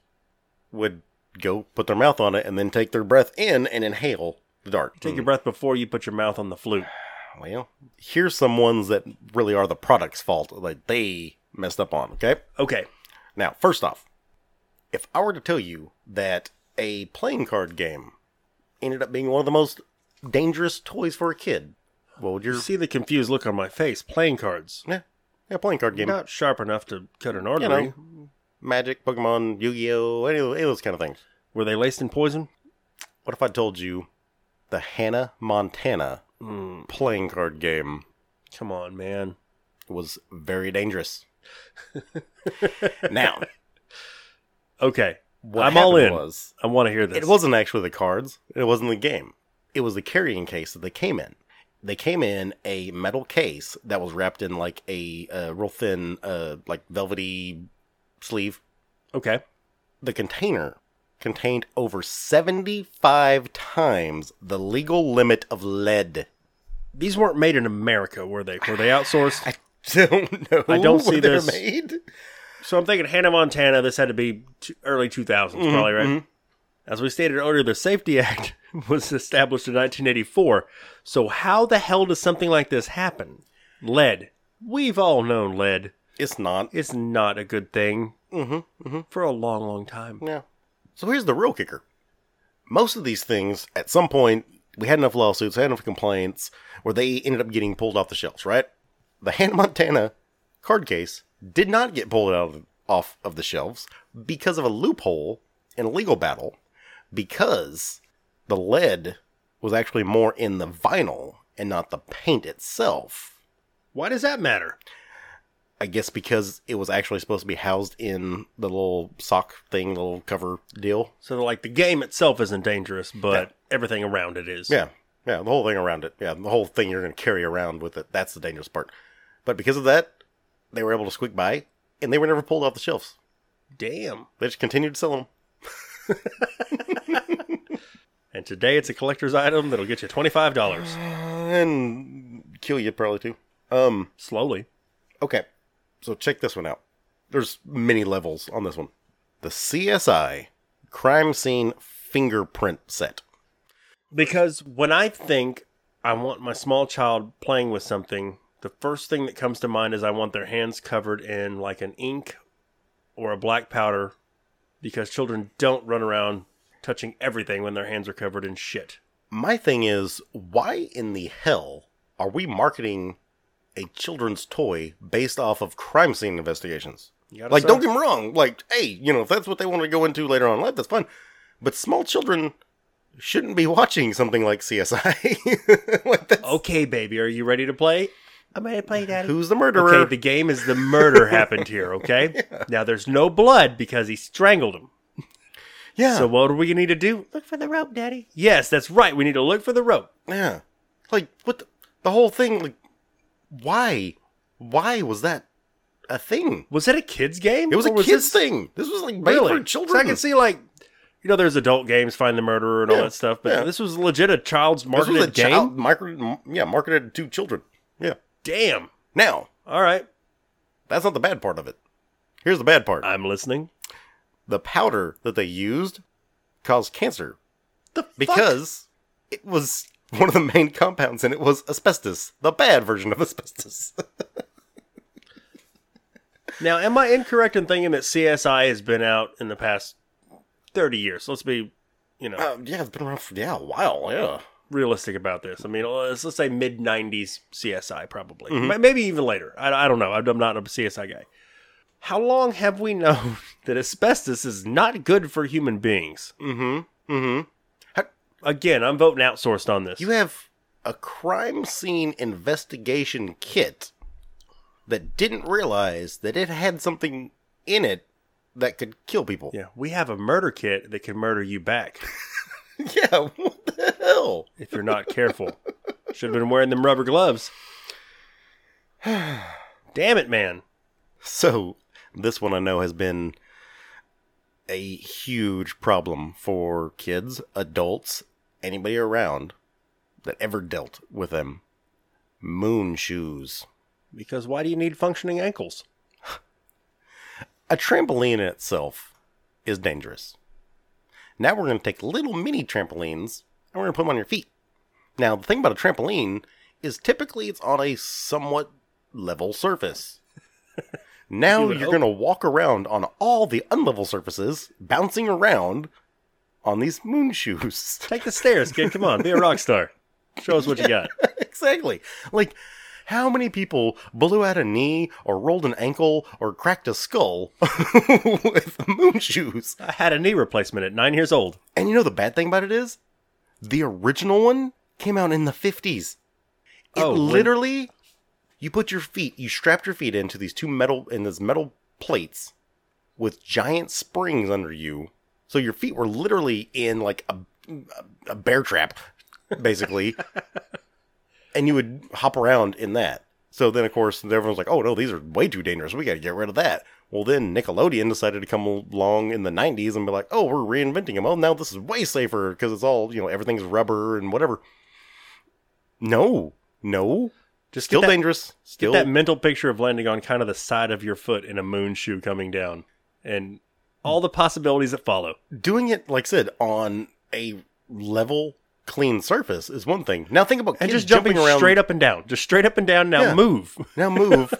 S2: would go put their mouth on it and then take their breath in and inhale the dart. Mm,
S1: Take your breath before you put your mouth on the flute.
S2: Well, here's some ones that really are the product's fault that they messed up on, okay?
S1: Okay.
S2: Now, first off, if I were to tell you that a playing card game ended up being one of the most dangerous toys for a kid, what would your
S1: You see the confused look on my face. Playing cards.
S2: yeah, yeah, playing card game,
S1: Not sharp enough to cut an
S2: you
S1: artery.
S2: know, Magic, Pokemon, Yu-Gi-Oh, any of any of those kind of things.
S1: Were they laced in poison?
S2: What if I told you the Hannah Montana playing card game
S1: Come on, man.
S2: was very dangerous? now,
S1: Okay.
S2: what
S1: I'm all
S2: happened
S1: in.
S2: Was,
S1: I want to hear this.
S2: It wasn't actually the cards. It wasn't the game. It was the carrying case that they came in. They came in a metal case that was wrapped in like a uh, real thin, uh, like velvety sleeve.
S1: Okay.
S2: The container contained over 75 times the legal limit of lead.
S1: These weren't made in America, were they? Were they outsourced?
S2: I don't know.
S1: I don't see
S2: where they're
S1: this.
S2: made.
S1: So I'm thinking Hannah Montana. This had to be t- early 2000s,
S2: Mm-hmm,
S1: probably right. As we stated earlier, the Safety Act was established in 1984. So how the hell does something like this happen? Lead. We've all known lead.
S2: It's not.
S1: It's not a good thing
S2: Mm-hmm. Mm-hmm.
S1: for a long, long time.
S2: Yeah. So here's the real kicker. Most of these things, at some point, we had enough lawsuits, had enough complaints, where they ended up getting pulled off the shelves, right? The Hannah Montana card case did not get pulled out of, off of the shelves because of a loophole in a legal battle, because the lead was actually more in the vinyl and not the paint itself.
S1: Why does that matter?
S2: I guess because it was actually supposed to be housed in the little sock thing, the little cover deal.
S1: So like the game itself isn't dangerous, but everything around it is.
S2: Yeah, yeah, the whole thing around it. Yeah, the whole thing you're going to carry around with it. That's the dangerous part. But because of that, they were able to squeak by, and they were never pulled off the shelves.
S1: Damn.
S2: They just continued selling them.
S1: And today it's a collector's item that'll get you $25
S2: And kill you probably too. Um.
S1: slowly.
S2: Okay. So check this one out. There's many levels on this one. The CSI crime scene fingerprint set.
S1: Because when I think I want my small child playing with something, the first thing that comes to mind is I want their hands covered in like an ink or a black powder because children don't run around touching everything when their hands are covered in shit.
S2: My thing is, why in the hell are we marketing a children's toy based off of crime scene investigations?
S1: You gotta
S2: Like,
S1: sell-
S2: don't get me wrong. Like, hey, you know, if that's what they want to go into later on in life, that's fine. But small children shouldn't be watching something like CSI. like that's,
S1: Okay, baby, are you ready to play? I'm ready to play, Daddy.
S2: Who's the murderer?
S1: Okay, the game is the murder happened here, okay? Now there's no blood because he strangled him.
S2: yeah,
S1: So what do we need to do? Look for the rope, Daddy. Yes, that's right. We need to look for the rope.
S2: yeah. Like, what the, the whole thing? Like, why? Why was that a thing?
S1: Was that a kids game?
S2: It was
S1: Or
S2: a kids
S1: this-
S2: thing. This was like made
S1: Really?
S2: for
S1: So I
S2: children.
S1: can see like you know, there's adult games, find the murderer and all
S2: Yeah,
S1: that stuff, but
S2: yeah.
S1: this was legit a child's
S2: this
S1: marketed
S2: was a
S1: game.
S2: child marketed, yeah, marketed to children. Yeah.
S1: Damn.
S2: Now,
S1: All right,
S2: that's not the bad part of it. Here's the bad part.
S1: I'm listening.
S2: the powder that they used caused cancer
S1: The fuck?
S2: because it was one of the main compounds and it was asbestos, the bad version of asbestos.
S1: now, am I incorrect in thinking that CSI has been out in the past thirty years? Let's be, you know,
S2: Uh, yeah, it's been around for yeah, a while. Yeah,
S1: realistic about this. I mean, uh, let's, let's say mid 90s CSI, probably.
S2: Mm-hmm.
S1: Ma- Maybe even later. I, I don't know. I'm I'm not a CSI guy. How long have we known that asbestos is not good for human beings?
S2: mm-hmm, mm-hmm.
S1: Again, I'm voting outsourced on this.
S2: You have a crime scene investigation kit that didn't realize that it had something in it that could kill people.
S1: Yeah, we have a murder kit that can murder you back
S2: Yeah, what the hell?
S1: if you're not careful. Should have been wearing them rubber gloves. Damn it, man.
S2: So, this one I know has been a huge problem for kids, adults, anybody around that ever dealt with them. Moon shoes.
S1: Because why do you need functioning ankles?
S2: A trampoline in itself is dangerous. Now we're going to take little mini trampolines and we're going to put them on your feet. Now, the thing about a trampoline is typically it's on a somewhat level surface. now
S1: You would
S2: you're
S1: hope.
S2: going to walk around on all the unlevel surfaces, bouncing around on these moon shoes.
S1: Take the stairs, kid. Come on, be a rock star. Show us what you got.
S2: exactly. Like, how many people blew out a knee or rolled an ankle or cracked a skull with moon shoes?
S1: I had a knee replacement at nine years old.
S2: And you know the bad thing about it is, the original one came out in the fifties. It
S1: Oh, when-
S2: literally, you put your feet, you strapped your feet into these two metal in these metal plates with giant springs under you, so your feet were literally in like a a bear trap, basically, and you would hop around in that. So then, of course, everyone's like, "Oh no, these are way too dangerous. We got to get rid of that." Well, then Nickelodeon decided to come along in the '90s and be like, "Oh, we're reinventing them. Oh, now this is way safer because it's all you know, everything's rubber and whatever." No, no,
S1: Just
S2: still
S1: get that,
S2: dangerous. Still,
S1: That mental picture of landing on kind of the side of your foot in a moon shoe coming down, and all the possibilities that follow.
S2: doing it like I said on a level, clean surface is one thing. Now think about
S1: And
S2: kids
S1: just jumping,
S2: around
S1: straight up and down. Just straight up and down. Now
S2: Yeah.
S1: move.
S2: now move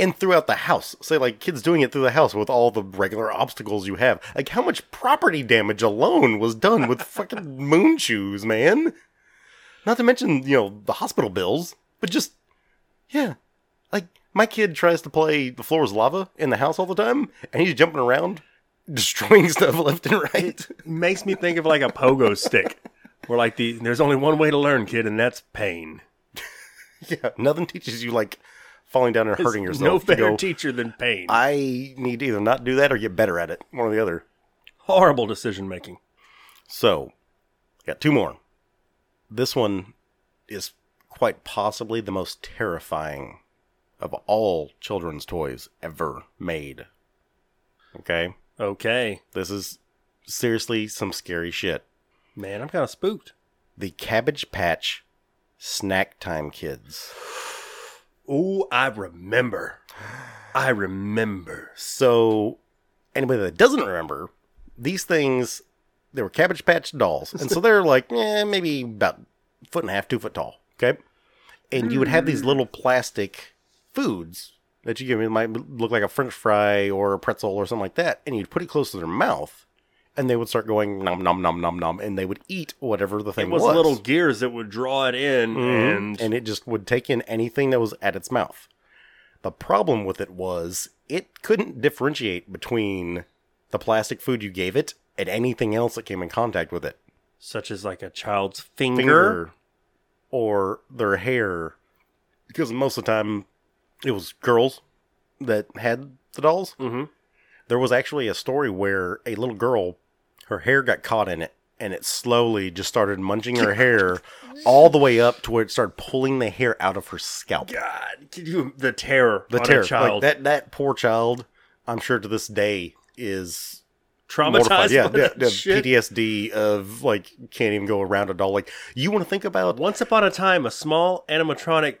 S2: and throughout the house say like kids doing it through the house with all the regular obstacles you have like how much property damage alone was done with fucking moon shoes man not to mention you know the hospital bills but just yeah like my kid tries to play the floor is lava in the house all the time and he's jumping around destroying stuff left and right
S1: Makes me think of like a pogo stick. Or like the there's only one way to learn, kid, and that's pain.
S2: yeah nothing teaches you like falling down and hurting
S1: There's
S2: yourself
S1: No
S2: to
S1: better
S2: go,
S1: teacher than pain.
S2: i need to either not do that or get better at it one or the other
S1: Horrible decision making.
S2: So, got two more. This one is quite possibly the most terrifying of all children's toys ever made. Okay?
S1: Okay.
S2: This is seriously some scary shit.
S1: Man, I'm kind of spooked.
S2: The Cabbage Patch Snack Time Kids.
S1: Oh, I remember. I remember.
S2: So, anybody that doesn't remember, these things, they were Cabbage Patch dolls. And so they're like, eh, maybe about foot and a half, two foot tall. Okay. And you would have these little plastic foods that you give them. It might look like a french fry or a pretzel or something like that. And you'd put it close to their mouth. And they would start going nom nom nom nom nom, and they would eat whatever the thing
S1: It was, Mm-hmm. little gears that would draw it in, and
S2: and it just would take in anything that was at its mouth. The problem with it was it couldn't differentiate between the plastic food you gave it and anything else that came in contact with it.
S1: such as like a child's finger.
S2: Finger or their hair. Because most of the time it was girls that had the dolls.
S1: Mhm.
S2: There was actually a story where a little girl, her hair got caught in it and it slowly just started munching her hair all the way up to where it started pulling the hair out of her scalp
S1: God, can you the terror?
S2: the
S1: on
S2: terror
S1: a child
S2: like that that poor child i'm sure to this day is
S1: traumatized.
S2: mortified yeah
S1: by
S2: yeah,
S1: that
S2: yeah,
S1: shit.
S2: ptsd of like can't even go around at all like you want to think about
S1: Once upon a time, a small animatronic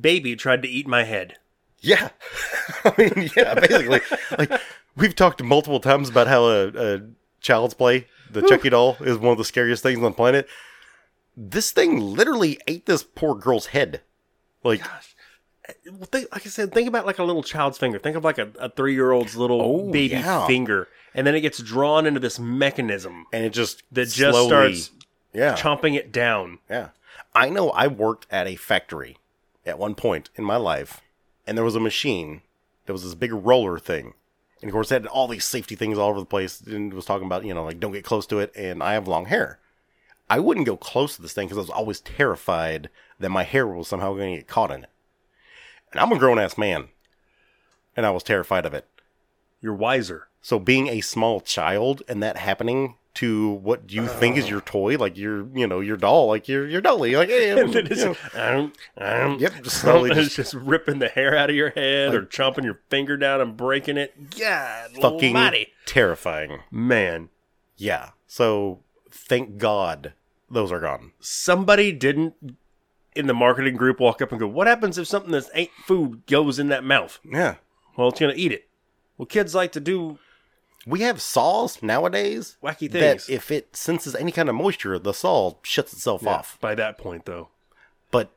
S1: baby tried to eat my head.
S2: yeah i mean yeah basically like we've talked multiple times about how a, a child's play the chucky doll is one of the scariest things on the planet this thing literally ate this poor girl's head like
S1: Well, think, like I said, think about like a little child's finger. Think of like a, a three-year-old's little
S2: Oh,
S1: baby
S2: yeah.
S1: finger, and then it gets drawn into this mechanism
S2: and it just
S1: that just
S2: slowly-
S1: starts
S2: yeah
S1: chomping it down.
S2: Yeah. I know I worked at a factory at one point in my life, and there was a machine. There was this big roller thing. And of course, it had all these safety things all over the place. And it was talking about, you know, like don't get close to it. And I have long hair. I wouldn't go close to this thing because I was always terrified that my hair was somehow going to get caught in it. And I'm a grown ass man, and I was terrified of it.
S1: You're wiser.
S2: So being a small child and that happening to what you think is your toy, like your you know your doll, like your your dolly, like hey,
S1: And then
S2: you know.
S1: it's, um, um,
S2: Yep, just slowly
S1: it's
S2: just-
S1: just, ripping the hair out of your head or chomping your finger down and breaking it. God,
S2: fucking
S1: almighty.
S2: terrifying.
S1: man.
S2: Yeah. So thank God those are gone.
S1: Somebody didn't in the marketing group walk up and go, "What happens if something that's ain't food goes in that mouth?
S2: Yeah.
S1: Well, it's gonna eat it." Well, kids like to do
S2: We have saws nowadays
S1: wacky
S2: that
S1: things.
S2: if it senses any kind of moisture, the saw shuts itself
S1: Yeah,
S2: off.
S1: by that point, though,
S2: But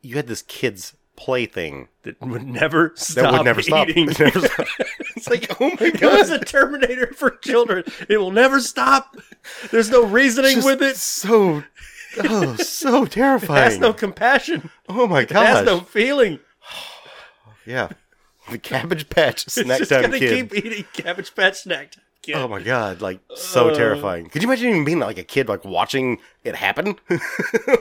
S2: you had this kid's play thing
S1: that would never
S2: that
S1: stop
S2: would never stop.
S1: eating.
S2: It never stopped. it's like, oh my
S1: It was
S2: god.
S1: a Terminator for children. It will never stop. There's no reasoning
S2: Just
S1: with it.
S2: So oh, so
S1: It has
S2: terrifying.
S1: no compassion.
S2: oh my
S1: It has
S2: gosh.
S1: no feeling.
S2: yeah. The cabbage patch snack
S1: it's just
S2: time
S1: gonna
S2: kid.
S1: keep eating Cabbage Patch Snack Time Kid.
S2: Oh my god, like so
S1: Uh.
S2: terrifying. Could you imagine even being like a kid like watching it happen?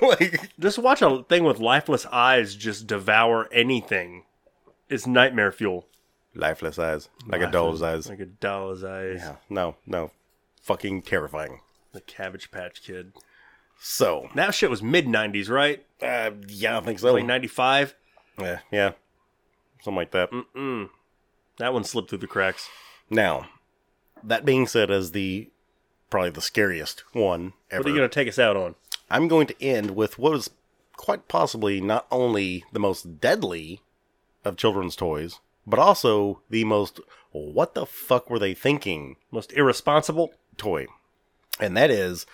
S2: like
S1: Just watch a thing with lifeless eyes just devour anything. It's nightmare fuel.
S2: lifeless eyes, like a doll's eyes.
S1: Like a doll's eyes.
S2: Yeah, no, no. Fucking terrifying.
S1: The Cabbage Patch Kid.
S2: So,
S1: That shit was mid 90s, right?
S2: uh, yeah, I think so.
S1: Like 95.
S2: Yeah, yeah. Something like that.
S1: Mm. That one slipped through the cracks.
S2: Now, that being said as the probably the scariest one ever.
S1: What are you going to take us out on?
S2: I'm going to end with what is quite possibly not only the most deadly of children's toys, but also the most what the fuck were they thinking
S1: Most irresponsible?
S2: toy. And that is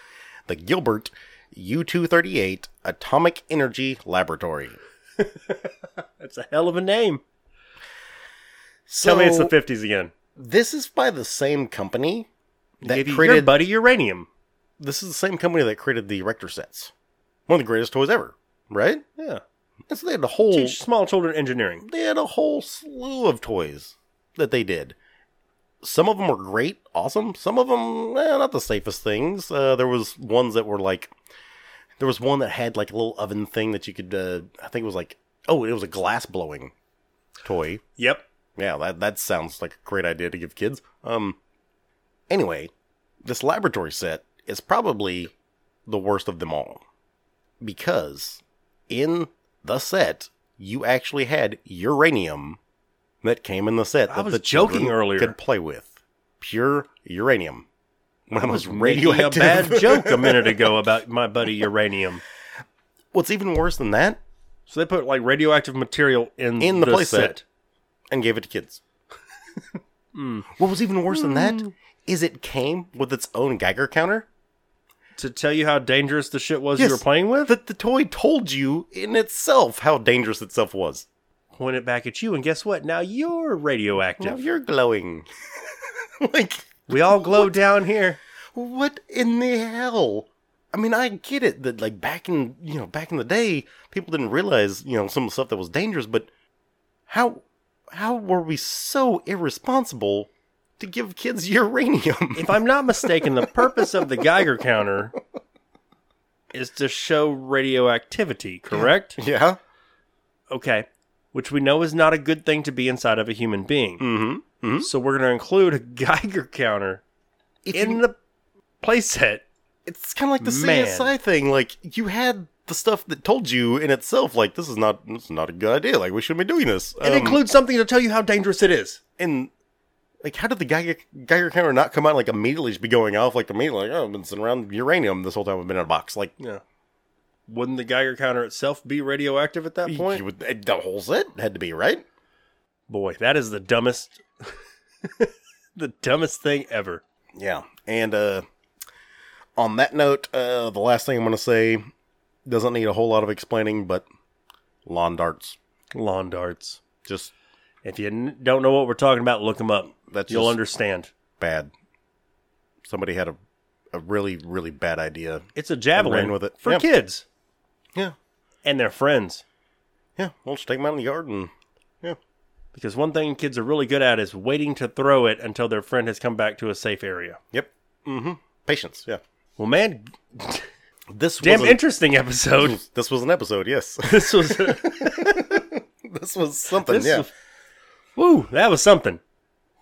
S2: the Gilbert U 238 Atomic Energy Laboratory.
S1: That's a hell of a name. Tell me it's the 50s again.
S2: This is by the same company that
S1: Gave you your
S2: created.
S1: buddy uranium.
S2: this is the same company that created the Rector sets. One of the greatest toys ever, right?
S1: Yeah.
S2: And so they had a whole.
S1: Teach small children engineering.
S2: they had a whole slew of toys that they did. Some of them were great, awesome. Some of them, eh, not the safest things. Uh, there was ones that were like, there was one that had like a little oven thing that you could, uh, I think it was like, oh, it was a glass blowing toy.
S1: Yep.
S2: Yeah, that that sounds like a great idea to give kids. Um, anyway, this laboratory set is probably the worst of them all because in the set you actually had uranium that came in the set.
S1: I
S2: that
S1: was
S2: the
S1: joking
S2: children
S1: earlier.
S2: Could play with pure uranium. One of the most
S1: Making a
S2: radioactive.
S1: bad joke a minute ago about my buddy uranium.
S2: What's even worse than that?
S1: So they put like radioactive material in
S2: In the
S1: play
S2: playset. and gave it to kids. What was even worse than that is it came with its own Geiger counter.
S1: to tell you how dangerous the shit was you
S2: Yes.
S1: were playing with.
S2: that the toy told you in itself how dangerous itself was.
S1: Point it back at you, and guess what? Now you're
S2: Now
S1: radioactive.
S2: you're glowing. like,
S1: We all glow down here.
S2: what in the hell? I mean, I get it that like back in you know back in the day, people didn't realize you know some of the stuff that was dangerous, but how how were we so irresponsible to give kids uranium?
S1: If I'm not mistaken, the purpose of the Geiger counter is to show radioactivity, correct?
S2: yeah.
S1: Okay. Which we know is not a good thing to be inside of a human being.
S2: Mm-hmm. Mm-hmm.
S1: So we're going to include a Geiger counter in the playset.
S2: it's kind of like the
S1: Man.
S2: CSI thing. Like you had the stuff that told you in itself, like this is not this is not a good idea. Like we shouldn't be doing this.
S1: It
S2: Um,
S1: includes something to tell you how dangerous it is.
S2: and like how did the Geiger, Geiger counter not come out like immediately just be going off like immediately like oh I've been sitting around uranium this whole time I've been in a box like
S1: Yeah. Wouldn't the Geiger counter itself be radioactive at that point?
S2: you would, the whole set had to be right.
S1: Boy, that is the dumbest, the dumbest thing ever.
S2: Yeah. And uh on that note, uh the last thing I'm gonna say doesn't need a whole lot of explaining, but lawn darts
S1: Lawn darts.
S2: just
S1: If you n- don't know what we're talking about, look them up.
S2: That's
S1: You'll
S2: just-
S1: understand.
S2: bad. Somebody had a a really really bad idea.
S1: It's a javelin
S2: ran with it.
S1: for
S2: Yeah.
S1: kids
S2: Yeah.
S1: and their friends.
S2: Yeah. We'll just take them out in the yard and yeah.
S1: Because one thing kids are really good at is waiting to throw it until their friend has come back to a safe area.
S2: Yep. Mm-hmm. Patience. Yeah.
S1: Well, man,
S2: This
S1: Damn
S2: was a-
S1: interesting episode.
S2: this was an episode. Yes,
S1: this was
S2: this was something.
S1: this
S2: yeah.
S1: was- woo, that was something.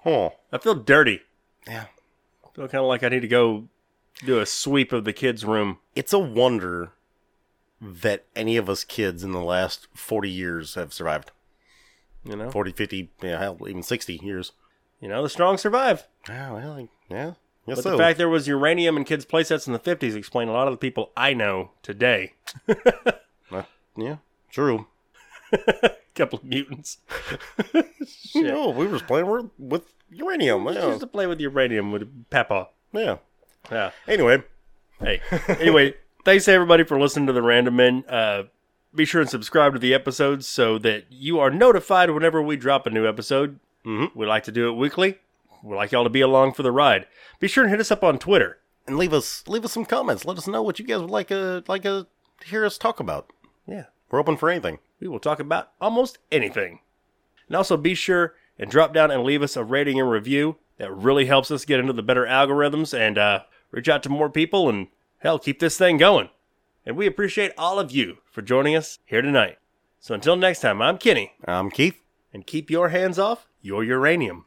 S2: Huh.
S1: I feel dirty.
S2: Yeah.
S1: I feel kind of like I need to go do a sweep of the kids' room.
S2: It's a wonder that any of us kids in the last 40 years have survived.
S1: You know,
S2: 40, 50, yeah, hell, even 60 years.
S1: you know, the strong survive.
S2: Yeah, well, like, yeah. Yes,
S1: But
S2: so.
S1: the fact there was uranium in kids' playsets in the fifties explain a lot of the people I know today.
S2: Uh, yeah, true.
S1: couple of mutants.
S2: No, we were just playing with, with uranium.
S1: Just
S2: Yeah.
S1: used to play with uranium with Papa.
S2: yeah.
S1: Yeah.
S2: Anyway,
S1: Hey. Anyway, thanks everybody for listening to the Random Men. Uh, be sure and subscribe to the episodes so that you are notified whenever we drop a new episode.
S2: Mhm.
S1: We like to do it weekly. We'd like y'all to be along for the ride. Be sure and hit us up on Twitter.
S2: and leave us leave us some comments. Let us know what you guys would like uh like uh to hear us talk about.
S1: Yeah.
S2: We're open for anything.
S1: We will talk about almost anything. And also be sure and drop down and leave us a rating and review. That really helps us get into the better algorithms and uh, reach out to more people and hell, keep this thing going. And we appreciate all of you for joining us here tonight. So until next time, I'm Kenny,
S2: I'm Keith.
S1: and keep your hands off your uranium.